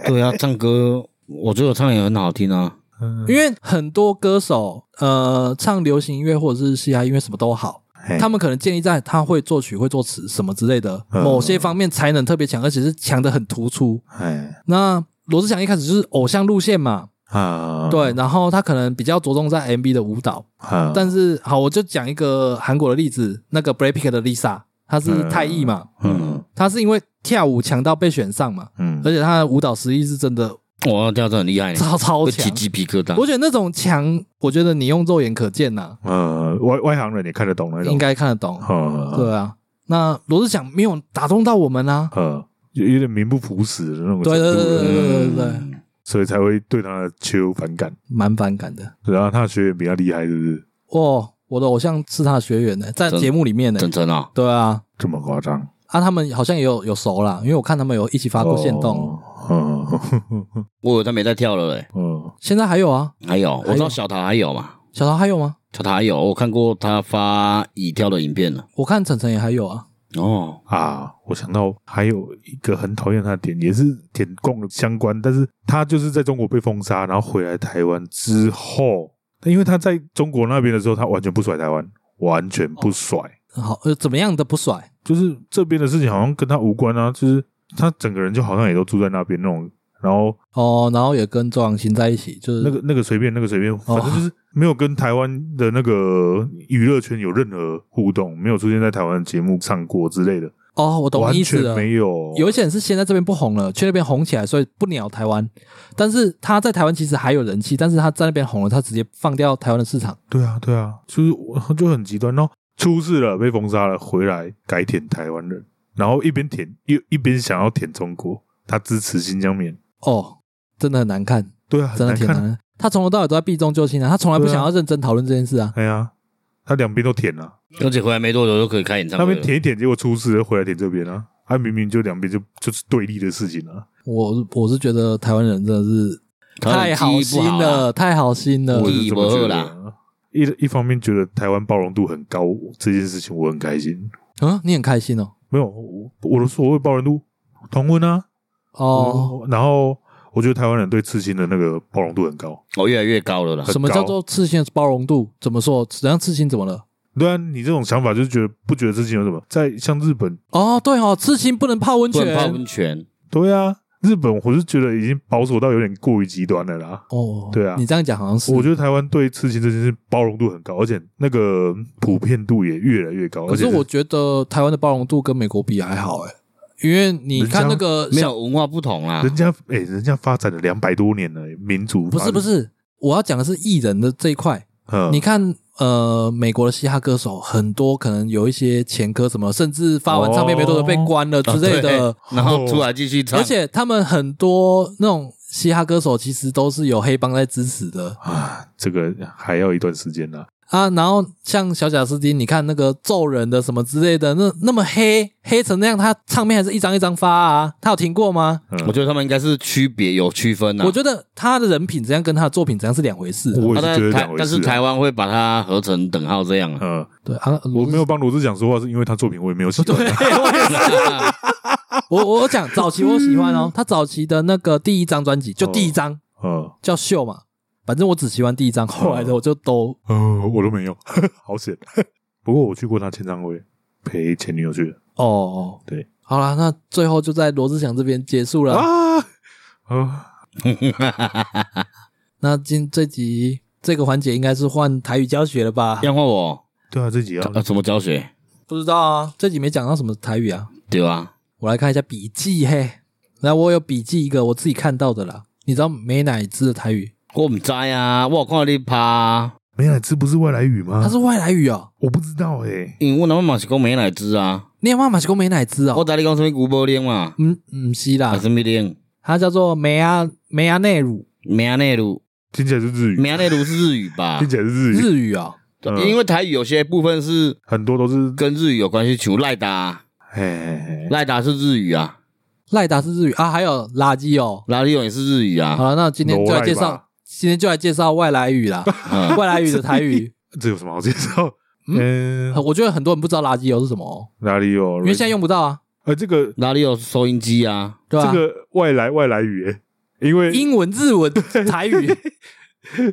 S1: 对啊，唱歌我觉得我唱也很好听啊。
S3: 嗯
S2: 因为很多歌手，呃，唱流行音乐或者是嘻哈音乐什么都好，
S3: (laughs) 嘿
S2: 他们可能建立在他会作曲、会作词什么之类的
S3: 嗯
S2: 某些方面才能特别强，而且是强的很突出。
S3: 哎
S2: 那罗志祥一开始就是偶像路线嘛，
S3: 啊，
S2: 对，然后他可能比较着重在 MV 的舞蹈，
S3: 啊，
S2: 但是好，我就讲一个韩国的例子，那个 BLACKPINK 的 Lisa，她是泰裔嘛，
S3: 嗯
S2: 她是因为跳舞强到被选上嘛，
S3: 嗯
S2: 而且她的舞蹈实力是真的
S1: 哇，跳真的很厉害呢，
S2: 超超
S1: 会
S2: 强
S1: 起，鸡皮疙瘩。
S2: 我觉得那种强，我觉得你用肉眼可见呐、啊
S3: 呃，外外行人也看得懂那种，
S2: 应该看得懂。
S3: 啊，
S2: 对啊，那罗志祥没有打动到我们啊，
S3: 呃，有有点名不符实的那种程
S2: 对
S3: 度
S2: 对对对
S3: 了，
S2: 对对，
S1: 嗯
S3: 所以才会对他的球反感。
S2: 蛮反感的。
S3: 然后他的学员比他厉害，是不是？
S2: 哦，我的偶像是他的学员呢，在
S1: 真
S2: 节目里面呢，
S1: 真真啊，
S2: 对啊，
S3: 这么夸张？
S2: 啊，他们好像也有有熟啦，因为我看他们有一起发过线动，
S3: 哦。嗯
S1: 我以为他没在跳了嘞。
S3: 嗯，
S2: 现在还有啊，
S1: 还有，我知道小桃还有嘛，
S2: 小桃还有吗？
S1: 小桃还有，我看过他发乙跳的影片了。
S2: 我看晨晨也还有啊，
S1: 哦，
S3: 啊，我想到还有一个很讨厌他的点，也是舔共的相关，但是他就是在中国被封杀，然后回来台湾之后，因为他在中国那边的时候，他完全不甩台湾，完全不甩，
S2: 好，呃，怎么样的不甩？
S3: 就是这边的事情好像跟他无关啊，就是他整个人就好像也都住在那边那种，然后
S2: 哦，然后也跟周扬青在一起，就是
S3: 那个那个随便那个随
S2: 哦
S3: 便，反正就是没有跟台湾的那个娱乐圈有任何互动，没有出现在台湾的节目上过之类的，
S2: 哦，我懂
S3: 完
S2: 你意思
S3: 全
S2: 了。
S3: 没有，
S2: 有一些人是先在这边不红了，去那边红起来，所以不鸟台湾。但是他在台湾其实还有人气，但是他在那边红了，他直接放掉台湾的市场。
S3: 对啊，对啊，就是我就很极端。然后出事了，被封杀了，回来改舔台湾人，然后一边舔一一边想要舔中国，他支持新疆棉，
S2: 哦，真的很难看，
S3: 对啊，很
S2: 真的
S3: 难
S2: 挺
S3: 看。
S2: 难。他从头到尾都在避重就轻啊，他从来不
S3: 对啊
S2: 想要认真讨论这件事啊。
S3: 哎呀，他两边都舔了、
S1: 而且回来没多久就可以开演唱
S3: 那
S1: 会
S3: 边
S1: 了。
S3: 舔一舔，结果出事了，回来舔这边啊，啊，明明就两边就就是对立的事情啊。
S2: 我我是觉得台湾人真的是
S1: 台湾
S2: 太
S1: 人记忆不好啊
S2: 好心了，太好心了
S3: 我。是
S1: 记忆
S3: 这
S1: 不
S3: 么
S1: 好
S3: 觉得
S1: 啦
S3: 啊。一一方面觉得台湾包容度很高这件事情，我很开心。
S2: 嗯，你很开心哦。
S3: 没有，我我的所谓包容度，同婚啊，
S2: 哦，
S3: 我，然后我觉得台湾人对刺青的那个包容度很高。
S1: 我哦越来越高了啦
S3: 很。
S2: 什么
S3: 高
S2: 叫做刺青的包容度？怎么说？怎样刺青怎么了？
S3: 对啊，你这种想法就是觉得不觉得刺青有什么？在像日本，
S2: 哦，对哦，刺青不能泡温
S1: 不
S2: 泉
S1: 能。泡温泉，
S3: 对啊，日本我是觉得已经保守到有点过于极端了啦。
S2: 哦，
S3: 对啊
S2: 你这样讲好像是。
S3: 我觉得台湾对刺青这件事包容度很高，而且那个普遍度也越来越高。
S2: 可是
S3: 而且
S2: 我觉得台湾的包容度跟美国比还好哎、因为你看那个
S1: 没
S2: 小，
S1: 有文化不同啊啦。
S3: 人家哎、人家发展了两百多年了，民族
S2: 不是不
S3: 是，
S2: 是，我要讲的是艺人的这一块。
S3: 嗯
S2: 你看，呃，美国的嘻哈歌手很多可能有一些前科什么，甚至发完唱片没多久被关了之类的。哦
S1: 啊对然后出来继续唱，
S2: 而且他们很多那种嘻哈歌手其实都是有黑帮在支持的
S3: 啊，这个还要一段时间啦。
S2: 啊。然后像小贾斯汀，你看那个揍人的什么之类的，那那么黑黑成那样，他唱片还是一张一张发啊，他有停过吗？
S3: 嗯、
S1: 我觉得他们应该是区别有区分啊啦。
S2: 我觉得他的人品怎样跟他的作品怎样是两回事、啊。
S3: 我也
S1: 啊
S3: 是觉
S1: 但
S3: 得
S1: 台
S3: 两回事、啊
S1: 但是台湾会把它合成等号这样啊。
S3: 嗯，
S2: 对啊，
S3: 我没
S2: 有，
S3: 有帮罗志祥说话，是因为他作品我也没有喜 (laughs) 欢、啊。
S2: (laughs) 我我讲早期我喜
S3: (laughs)
S2: 欢哦，他早期的那个第一张专辑
S3: 哦
S2: 就第一张
S3: 嗯，
S2: 叫《秀》嘛，反正我只喜欢第一
S3: 哦
S2: 张，后来的我就都
S3: 呃，我都没有， (laughs) 好险。不过我去过他签唱会，陪前女友去的
S2: 哦，
S3: 对，
S2: 好啦，那最后就在罗志祥这边结束了。
S3: 啊啊！
S2: 那今这集这个环节应该是换台语教学了吧？
S1: 要换我
S3: 对啊，这集要
S1: (laughs) 啊？怎么教学？
S2: 不知道啊，这集没讲到什么台语啊，
S1: 对吧？
S2: 我来看一下笔记嘿，来我有笔记一个我自己看到的啦，你知道美乃滋的台语，
S1: 我唔知道啊，我有看到你拍啊，
S3: 美乃滋不是外来语吗？
S2: 它是外来语哦。
S3: 我不知道哎、欸，
S1: 因为我阿妈是讲美乃滋啊，
S2: 你阿妈嘛是讲美乃滋
S1: 我
S2: 哦？
S1: 知你讲什么牛波奶嘛，
S2: 嗯，嗯，是
S1: 啊
S2: 啦，
S1: 什么奶，
S2: 它叫做梅亚梅亚内乳
S1: 明内乳，
S3: 听起来是日语，
S1: 明内乳是日语吧
S3: 听？起来是日语，
S2: 日语哦。
S3: 嗯
S1: 因为台语有些部分是
S3: 很多都是
S1: 跟日语有关系，像赖达，
S3: 哎，
S1: 赖达是日语啊，
S2: 赖达是日语啊，还有垃圾哦。
S1: 拉力勇也是日语
S2: 好
S1: 啊，
S2: 了，那今天就来介
S3: 罗赖
S2: 绍
S3: 吧，
S2: 今天就来介绍外来语啦，
S1: 嗯
S2: 外来语的台语。
S3: 这有什么好介绍？嗯，
S2: 我觉得很多人不知道垃圾哦是什么哦，
S3: 哪里有？
S2: 因为现在用不到啊，
S3: 呃，这个
S1: 拉力勇是收音机啊，
S2: 对吧
S3: 这？个外来外来语、欸，因为
S2: 英文、日文、台
S3: (laughs)
S2: 语，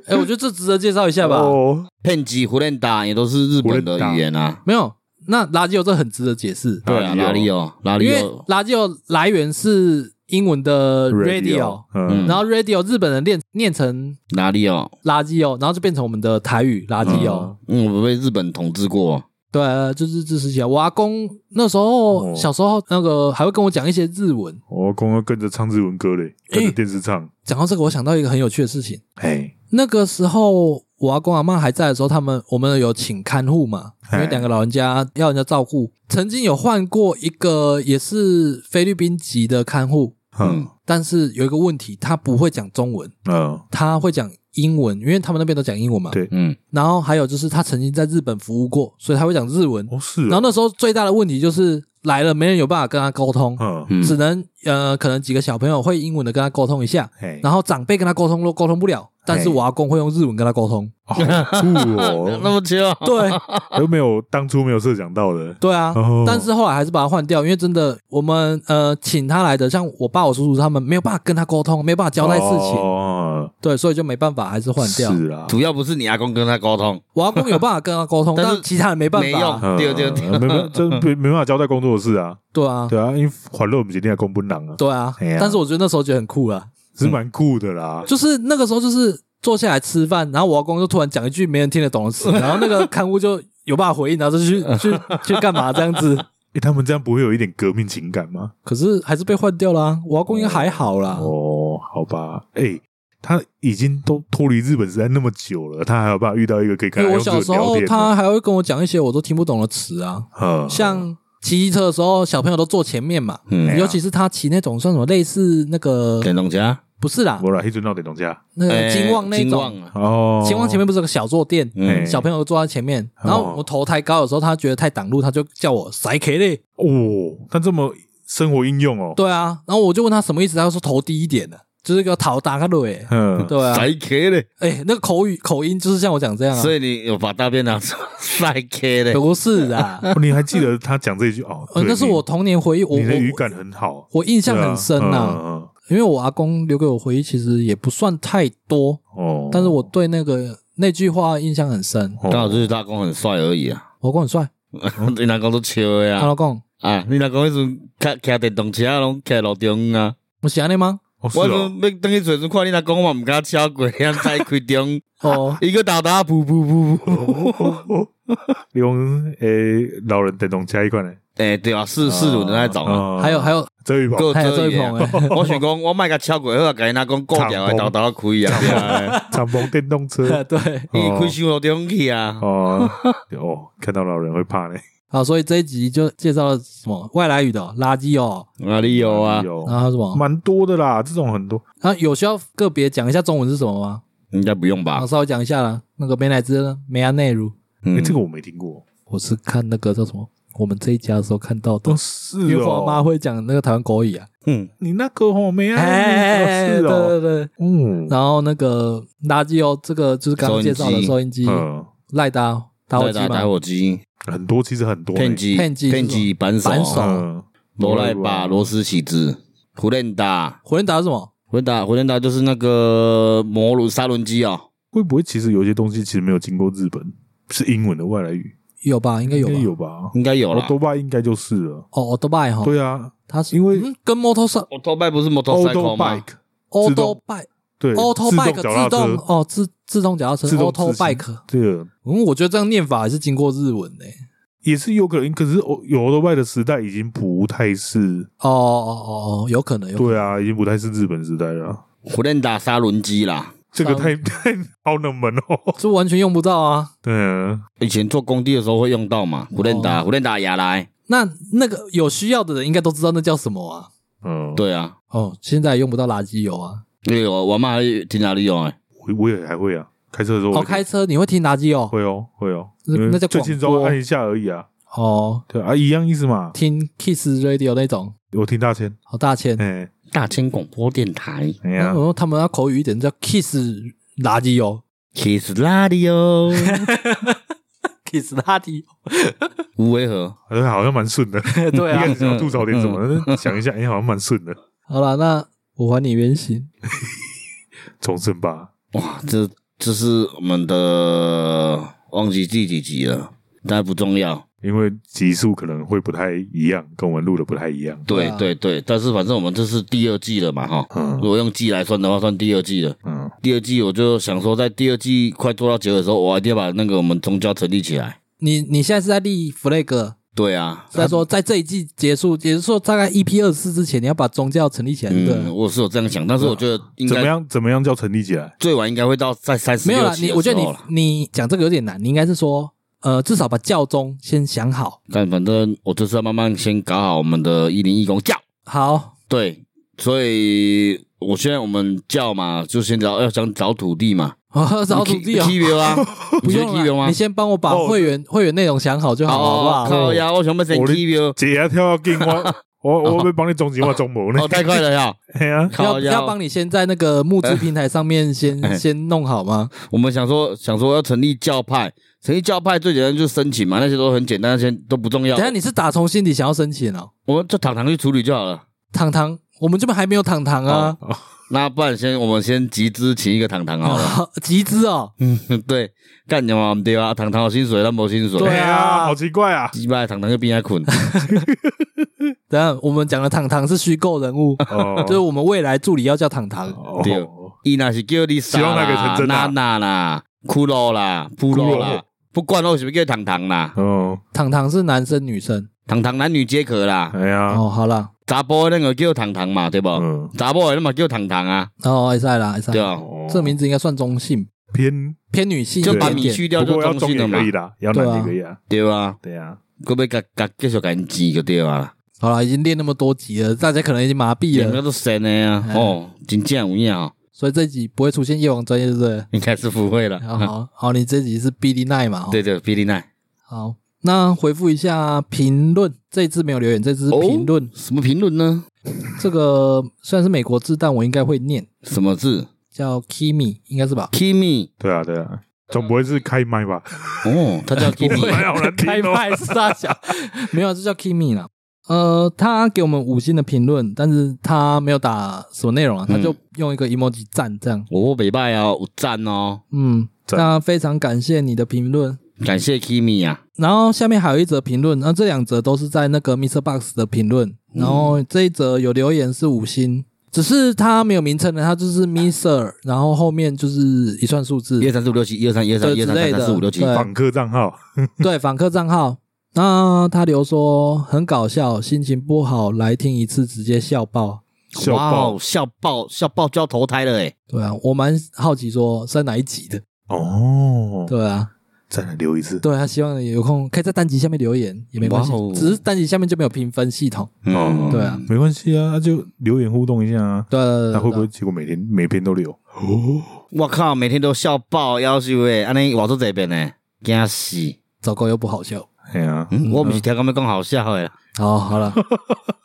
S2: 哎，我觉得这值得介绍一下吧。
S3: 哦，
S1: 骗机胡乱打也都是日本的语言啊，
S2: 没有，那垃圾哦这很值得解释，
S1: 对啊，拉
S3: 哪里
S1: 力勇，拉力
S2: 因为
S1: 勇，
S2: 垃圾哦来源是英文的呃 radio，
S3: 嗯，
S2: 然后 radio 日本人念念成
S1: 拉力勇，
S2: 垃圾哦，然后就变成我们的台语垃圾哦。
S1: 嗯，我被日本统治过，
S2: 对，啊就是支持起来。我阿公那时候、
S3: 哦
S2: 小时候，那个还会跟我讲一些日文。
S3: 我刚刚跟着唱日文歌嘞，跟着电视唱，
S2: 讲到这个，我想到一个很有趣的事情。
S3: 哎，
S2: 那个时候我阿公阿妈还在的时候，他们我们有请看护嘛，因为
S3: 哎
S2: 两个老人家要人家照顾。曾经有换过一个也是菲律宾籍的看护，
S3: 嗯
S2: 但是有一个问题，他不会讲中文，
S3: 嗯，
S2: 他会讲英文，因为他们那边都讲英文嘛。
S3: 对
S1: 嗯，
S2: 然后还有就是他曾经在日本服务过，所以他会讲日文。
S3: 哦是
S2: 然后
S3: 哦，
S2: 那时候最大的问题就是来了没人有办法跟他沟通，
S3: 嗯，
S1: 嗯
S2: 只能呃可能几个小朋友会英文的跟他沟通一下，
S3: 嘿，
S2: 然后长辈跟他沟通都沟通不了，但是
S3: 嗯嘿
S2: 我阿公会用日文跟他沟
S3: (laughs)
S2: 通。
S3: 哦好酷
S1: 那
S2: (laughs)
S3: 哦，
S1: 么巧，
S2: 对
S3: 都没有当初没有设想到的，
S2: 对啊
S3: 哦，
S2: 但是后来还是把他换掉，因为真的我们呃请他来的，像我爸我叔叔他们没有办法跟他沟通，没有办法交代事情，
S3: 哦，
S2: 对，所以就没办法还是换掉。
S3: 是啊啦，
S1: 主要不是你阿公跟他沟通，
S2: 我阿公有办法跟他沟通，
S1: 但是
S2: 但其他人没办
S1: 没
S2: 法
S1: 用
S2: 啊， (laughs)
S3: 嗯
S1: 对对对
S3: 没没这没没办法交代工作的事啊，
S2: 对啊，
S3: 对啊，因为环乐我们今天还公不囊啊，
S2: 对啊
S3: 哎呀。
S2: 但是我觉得那时候觉得很酷啦，
S3: 是蛮酷的啦，
S2: 就是那个时候就是坐下来吃饭，然后我阿公就突然讲一句没人听得懂的词，然后那个看护就有办法回应，然后就去去去干嘛这样子。
S3: 诶，他们这样不会有一点革命情感吗？
S2: 可是还是被换掉啦、我阿公应该还好啦。
S3: 哦，好吧，诶，他已经都脱离日本时代那么久了，他还有办法遇到一个可以
S2: 因
S3: 跟
S2: 为
S3: 他
S2: 我
S3: 用日
S2: 小
S3: 文
S2: 时
S3: 聊
S2: 候
S3: 天的，
S2: 他还会跟我讲一些我都听不懂的词啊，
S3: 嗯
S2: 像骑车的时候小朋友都坐前面嘛，
S3: 哎
S1: 嗯，
S3: 呀
S2: 尤其是他骑那种算什么类似那个
S1: 电动车，
S2: 不是啦，
S3: 我来黑准到电动车啊
S2: 那个呃金旺那
S1: 哎金
S2: 种，
S1: 旺啊，
S3: 哦，
S2: 金旺前面不是有个小坐垫，
S3: 哎
S1: 嗯，
S2: 小朋友坐在前面，
S3: 哦
S2: 然后我头太高的时候，他觉得太挡路，他就叫我塞 K 嘞。
S3: 哦，他这么生活应用哦，
S2: 对啊，然后我就问他什么意思，他就说头低一点的，就是个头打个
S3: (laughs)
S2: 腿。
S3: 嗯，
S2: 对啊，
S1: 塞 K 嘞，
S2: 哎、那个口语口音就是像我讲这样啊
S1: 所，以你有把大便拿出来 (laughs) 塞 K 嘞，
S2: 不是
S3: (laughs)
S2: 啊，
S3: 哦你还记得他讲这一句哦？
S2: 呃，
S3: 对
S2: 那是我童年回忆，我
S3: 你你的语
S2: 我
S3: 感很好，
S2: 我印象很深呐、
S3: 呐、
S2: 啊，
S3: 嗯嗯
S2: 因为我阿公留给我回忆其实也不算太多，
S3: 哦，
S2: 但是我对那个那句话印象很深。
S3: 哦
S1: 刚好就是大公很帅而已啊，
S2: 我阿公很帅，
S1: 你阿公都笑的
S2: 阿
S1: 呀，
S2: 老公，
S1: 啊，你阿公迄阵开开电动车啊拢开路中啊，
S2: 我喜欢你吗？
S3: 哦是
S1: 我
S3: 哦
S1: 阵要等去找阵看你阿公嘛，毋敢超过， (laughs) 咱再开中，，
S3: (laughs)
S2: 哦
S1: 一个打打噗噗噗噗，
S3: 你用诶老人电动车一款嘞，
S1: 诶，对啊，四四轮的那种啊，
S3: 啊
S2: 还有还有
S3: 这一把
S1: 够
S2: 还有这
S1: 遮
S2: 一
S1: 掩
S2: 棚哎、
S1: (laughs) 我想讲，我卖甲超过，好啊，甲因阿公顾掉的，豆豆开
S3: (laughs)
S1: 啊对啊，
S3: 敞篷电
S1: (laughs)
S2: (laughs)
S3: 动车
S2: 对，
S1: 伊开上路中去啊，
S3: 哦哦，看到老人会怕嘞，
S2: 好，所以这一集就介绍了什么外来语的哦垃圾哦，
S1: 哪里 (laughs) 有啊？
S3: 嗯有
S2: 然后什么，
S3: 蛮多的啦，这种很多
S2: 然后有需要个别讲一下中文是什么吗？
S1: 应该不用
S2: 我
S1: 吧？
S2: 稍微讲一下啦，那个美乃滋呢，梅亚内如，
S1: 嗯
S3: 诶，这个我没听过，
S2: 我是看那个叫什么，我们这一家的时候看到的
S3: 都，是
S2: 哦因为我妈
S3: 哦，
S2: 会讲那个台湾国语啊，
S1: 嗯，
S3: 你那个哦没啊，
S2: 哎，
S3: 是哦，
S2: 对对对，
S3: 嗯
S2: 然后那个垃圾哦，这个就是刚刚介绍
S1: 收
S2: 的收音机、
S3: 嗯，
S2: 赖达、打火机
S1: 再打打
S2: 嘛，
S1: 火机、
S3: 很多其实很多嘞，
S1: 片机、
S2: 片机是什
S1: 片
S2: 么
S1: 机、扳手、啊
S2: 扳手
S3: 嗯，
S1: 罗赖把、螺丝起子、胡练达、
S2: 火焰打是什么？
S1: 胡练达、胡练达就是那个摩轮砂轮机哦。
S3: 会不会其实有些东西其实没有经过日本，是英文的外来语？
S2: 有吧，应该有吧。
S3: 应该有吧？哦
S1: 应该有啦
S3: 多。巴应该就是了。
S2: 哦 a u t o b i k e 哈，
S3: 对啊
S2: 它是
S3: 因为
S2: 嗯跟 motorcycle
S1: 我偷拜不是
S3: ，auto
S1: motorcycle 吗？
S3: bike，
S2: a u
S3: 自
S2: t o
S3: 动
S2: bike
S3: 对
S2: auto
S3: 自
S2: bike
S3: 动脚踏
S2: 自动
S3: 车，
S2: 哦自自动脚踏车
S3: 自动
S2: auto
S3: 自行
S2: bike，
S3: 对啊，
S2: 嗯，我觉得这样念法还是经过日文的、
S3: 也是有可能。可是哦有 auto bike 的时代已经不太是，
S2: 哦哦哦哦，有可能有可能
S3: 对啊，已经不太是日本时代了啊。
S1: 胡练达砂轮机啦，
S3: 这个太 (laughs) 太好冷门哦。
S2: 就完全用不到啊。
S3: 对啊，
S1: 以前做工地的时候会用到嘛。胡练达，
S2: 哦
S1: 胡练达雅来，
S2: 那那个有需要的人应该都知道那叫什么啊？
S3: 嗯，，
S1: 对啊，
S2: 哦，现在也用不到垃圾油啊。
S1: 因为我我妈还听哪里用哎，
S3: 我我也还会啊，开车的时候
S2: 哦，
S3: 我
S2: 开车你会听垃圾油？
S3: 会哦会哦，
S2: 那
S3: 因为
S2: 那叫
S3: 最
S2: 广
S3: 近稍微
S2: 播
S3: 按一下而已啊。
S2: 哦，
S3: 对啊，一样意思嘛。
S2: 听 Kiss Radio 那种，
S3: 我听大千，
S2: 好大千。
S3: 哎
S1: 大千广播电台
S3: 哎
S2: 然
S3: 呀，
S2: 后他们要口语一点叫 kiss 垃圾油
S1: Kiss Radio，
S2: ，kiss 垃圾，
S1: 无违和。
S3: 好像好像蛮顺的。
S2: 对
S3: (laughs) 一开
S2: 啊
S3: 始。想吐槽点什么，但是想一下，哎，好像蛮顺的。
S2: 好了，那我还你原形。
S3: 重生吧，
S1: 哇，这这是我们的忘记第几集了，但不重要。
S3: 因为集数可能会不太一样，跟我们录的不太一样。
S1: 对
S2: 对啊
S1: 对对，但是反正我们这是第二季了嘛，哈。如
S3: 嗯
S1: 果用季来算的话，算第二季了。
S3: 嗯，
S1: 第二季我就想说，在第二季快做到结尾的时候，我一定要把那个我们宗教成立起来。
S2: 你你现在是在立 flag，
S1: 对啊，
S2: 再说，在这一季结束，也就是说，大概 EP 二十四之前，你要把宗教成立起来，对不对
S1: 嗯，我是有这样想，但是我觉
S2: 啊
S1: 得应
S3: 怎么
S1: 该
S3: 样？怎么样叫成立起来？
S1: 最晚应该会到在三十
S2: 没有
S1: 六
S2: 啦，
S1: 期
S2: 你
S1: 的
S2: 我觉得
S1: 时候
S2: 你
S1: 啦
S2: 你讲这个有点难，你应该是说，呃，至少把教宗先想好。
S1: 但反正我就是要慢慢先搞好我们的一零一公教，
S2: 好， (laughs)
S1: 对，所以我现在我们教嘛，就先找要想找土地嘛，
S2: 啊，找土地哦
S1: k，i
S2: (laughs)
S1: 啊，
S2: 不
S1: 你觉
S2: 用
S1: 得 k i
S2: 了，
S1: 吗
S2: 你？先帮我把
S3: 哦
S2: 会员会员内容想好就好了，好不
S1: 哦，
S2: 好？
S1: 靠呀，我想要先
S3: 我的
S1: k i 哦，
S3: 姐要跳要进我，我我被帮你总结我总谋呢
S1: 哦，。太快了呀，
S3: (laughs) 哎呀，
S1: 靠
S2: 要
S1: 呀，
S2: 要帮你先在那个募资平台上面
S1: (laughs)
S2: 先
S1: 哎
S2: 先弄好吗？
S1: 我们想说想说要成立教派，成立教派最简单就是申请嘛，那些都很简单，那些都不重要
S2: 等一。下你是打从心底想要申请哦，
S1: 我们就堂堂去处理就好了。
S2: 糖糖，我们这边还没有糖糖啊，
S1: 哦那不然先我们先集资请一个堂堂好
S2: (laughs)
S1: 了。
S2: 集资哦，
S1: 对，干你嘛对吧？堂堂有薪水，他没薪水。
S2: 对
S3: 哎呀，好奇怪啊！
S1: 鸡巴堂堂就边在捆，
S2: 等一下我们讲的糖糖是虚构人物，
S3: 哦
S2: 就是我们未来助理要叫糖糖，
S3: 哦
S1: 对伊那是叫你
S3: 希
S1: 啥
S3: 望那个
S1: 啦
S3: 成、真
S1: 娜
S3: 啊
S1: 娜啦、骷髅啦、骷髅
S3: 骷
S1: 啦
S3: 髅，
S1: 不管我什么叫堂堂啦，
S3: 哦，
S2: 糖糖是男生女生
S1: 堂堂男女皆可啦。
S3: 哎呀，
S2: 哦，好啦，
S1: 查甫的那个叫堂堂嘛，对不？
S3: 嗯，
S1: 查甫的那么叫堂堂啊，
S2: 哦，艾赛啦，艾赛
S1: 对，啊吧？
S3: 哦
S2: 这名字应该算中性，
S3: 偏，
S2: 偏女性
S1: 就
S2: 一
S1: 把
S2: 点
S1: 米
S2: 点，
S1: 去掉
S3: 不
S1: 就
S3: 过要
S1: 中
S3: 中
S1: 性
S3: 也
S1: 了嘛
S3: 可，以啦，要男也可以啊，
S1: 对吧？
S3: 对啊，
S1: 可不可以甲甲继续甲因治就对啊？
S2: 好啦，已经练那么多集了，大家可能已经麻痹
S1: 两个
S2: 了，
S1: 都神的啊！
S2: 哎
S1: 哦，真正有影哦，
S2: 所以这集不会出现夜王专业，对不
S1: (laughs)
S2: 对？
S1: 应该是不会了。
S2: 好好好，你这集是 B D 奈嘛？哦
S1: (laughs) 对对，比利奈
S2: 好，那回复一下评论，这一次没有留言，这次
S1: 哦
S2: 是评论。
S1: 什么评论呢？
S2: 这个虽然是美国字，但我应该会念，
S1: 什么字
S2: 叫 Kimi，应该是吧？
S1: ？Kimi
S3: 对啊，对嗯啊，总不会是开麦吧？
S1: 哦，他叫
S2: (laughs)
S1: Kimi，
S3: 哎好难听
S2: 开
S3: 哦，
S2: 麦是大小，没有啊，这叫 Kimi 啦。呃，他给我们五星的评论，但是他没有打什么内容啊，他就用一个 emoji 赞这样。
S1: 我北拜哦，有赞哦，
S2: 嗯，
S3: 赞
S2: 那非常感谢你的评论。
S1: 感谢 Kimi 啊，
S2: 然后下面还有一则评论，那这两则都是在那个 Mr. Box 的评论。然后这一则有留言是五星，只是它没有名称的，它就是 Mr. 然后后面就是一串数字
S1: 一，二三四五六七，一二三一二三
S2: 对
S1: 一二三
S2: 之类
S1: 三
S2: 的
S1: 三四五六七，哦
S2: 对
S3: 访客账号，
S2: (laughs) 对，访客账号。那他留说很搞笑，心情不好来听一次直接笑爆。
S3: 笑
S1: 哇
S3: 爆
S1: 哦，笑爆笑爆就要投胎了哎，
S2: 对啊，我蛮好奇说是在哪一集的。
S3: 哦，
S2: 对啊，
S3: 再来留一次，
S2: 对啊，希望有空可以在单集下面留言也没关系
S1: 哇哦，
S2: 只是单集下面就没有评分系统。
S1: 嗯
S2: 对啊，
S3: 没关系啊，那就留言互动一下啊。
S2: 对啊，对啊对啊
S3: 那会不会结果每天每篇都留？哦，
S1: 我靠，每天都笑爆，要求哎，安尼我做这边呢，惊死，
S2: 糟糕又不好笑？
S3: 哎呀，
S1: 嗯我不是听他们讲好笑的啦，
S2: 好，好了，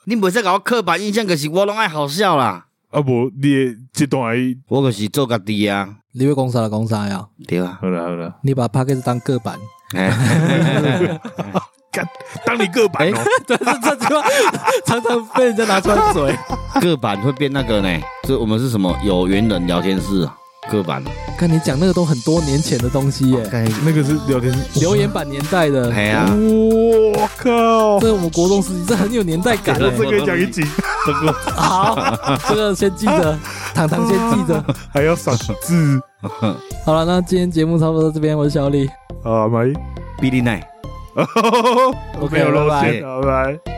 S1: 你袂使甲我刻板印象，可是我拢爱好笑啦，
S3: 啊不，你的哎这段还
S1: 我可是做家己啊，
S2: 你会攻啥了攻啥呀？
S1: 对啊， (laughs)
S3: 好了好了，
S2: 你把 p a c k a g e 当个版，
S1: 哎，
S3: 干，当你个版哦，
S2: (laughs) 对，这这句 (laughs) 话常常被人家拿出来嘴。
S1: 个版会变那个呢？这我们是什么有缘人聊天室啊？个版，
S2: 看你讲那个都很多年前的东西耶，
S3: 那个是聊天，
S2: 留言板年代的，
S1: 哎呀，
S3: 我靠，
S2: 这我们国中时期，这很有年代感
S1: 对
S2: 了
S1: 对。
S3: (laughs) 这可以讲一集，
S1: 这个
S2: 好，这个先记着，糖糖先记着。
S3: 还要赏字
S2: 好了，那今天节目差不多到这边，我是小李。
S3: 啊，没，
S1: 比利奈。
S3: 没
S2: 拜
S3: 有露
S2: 拜
S3: 馅，拜拜。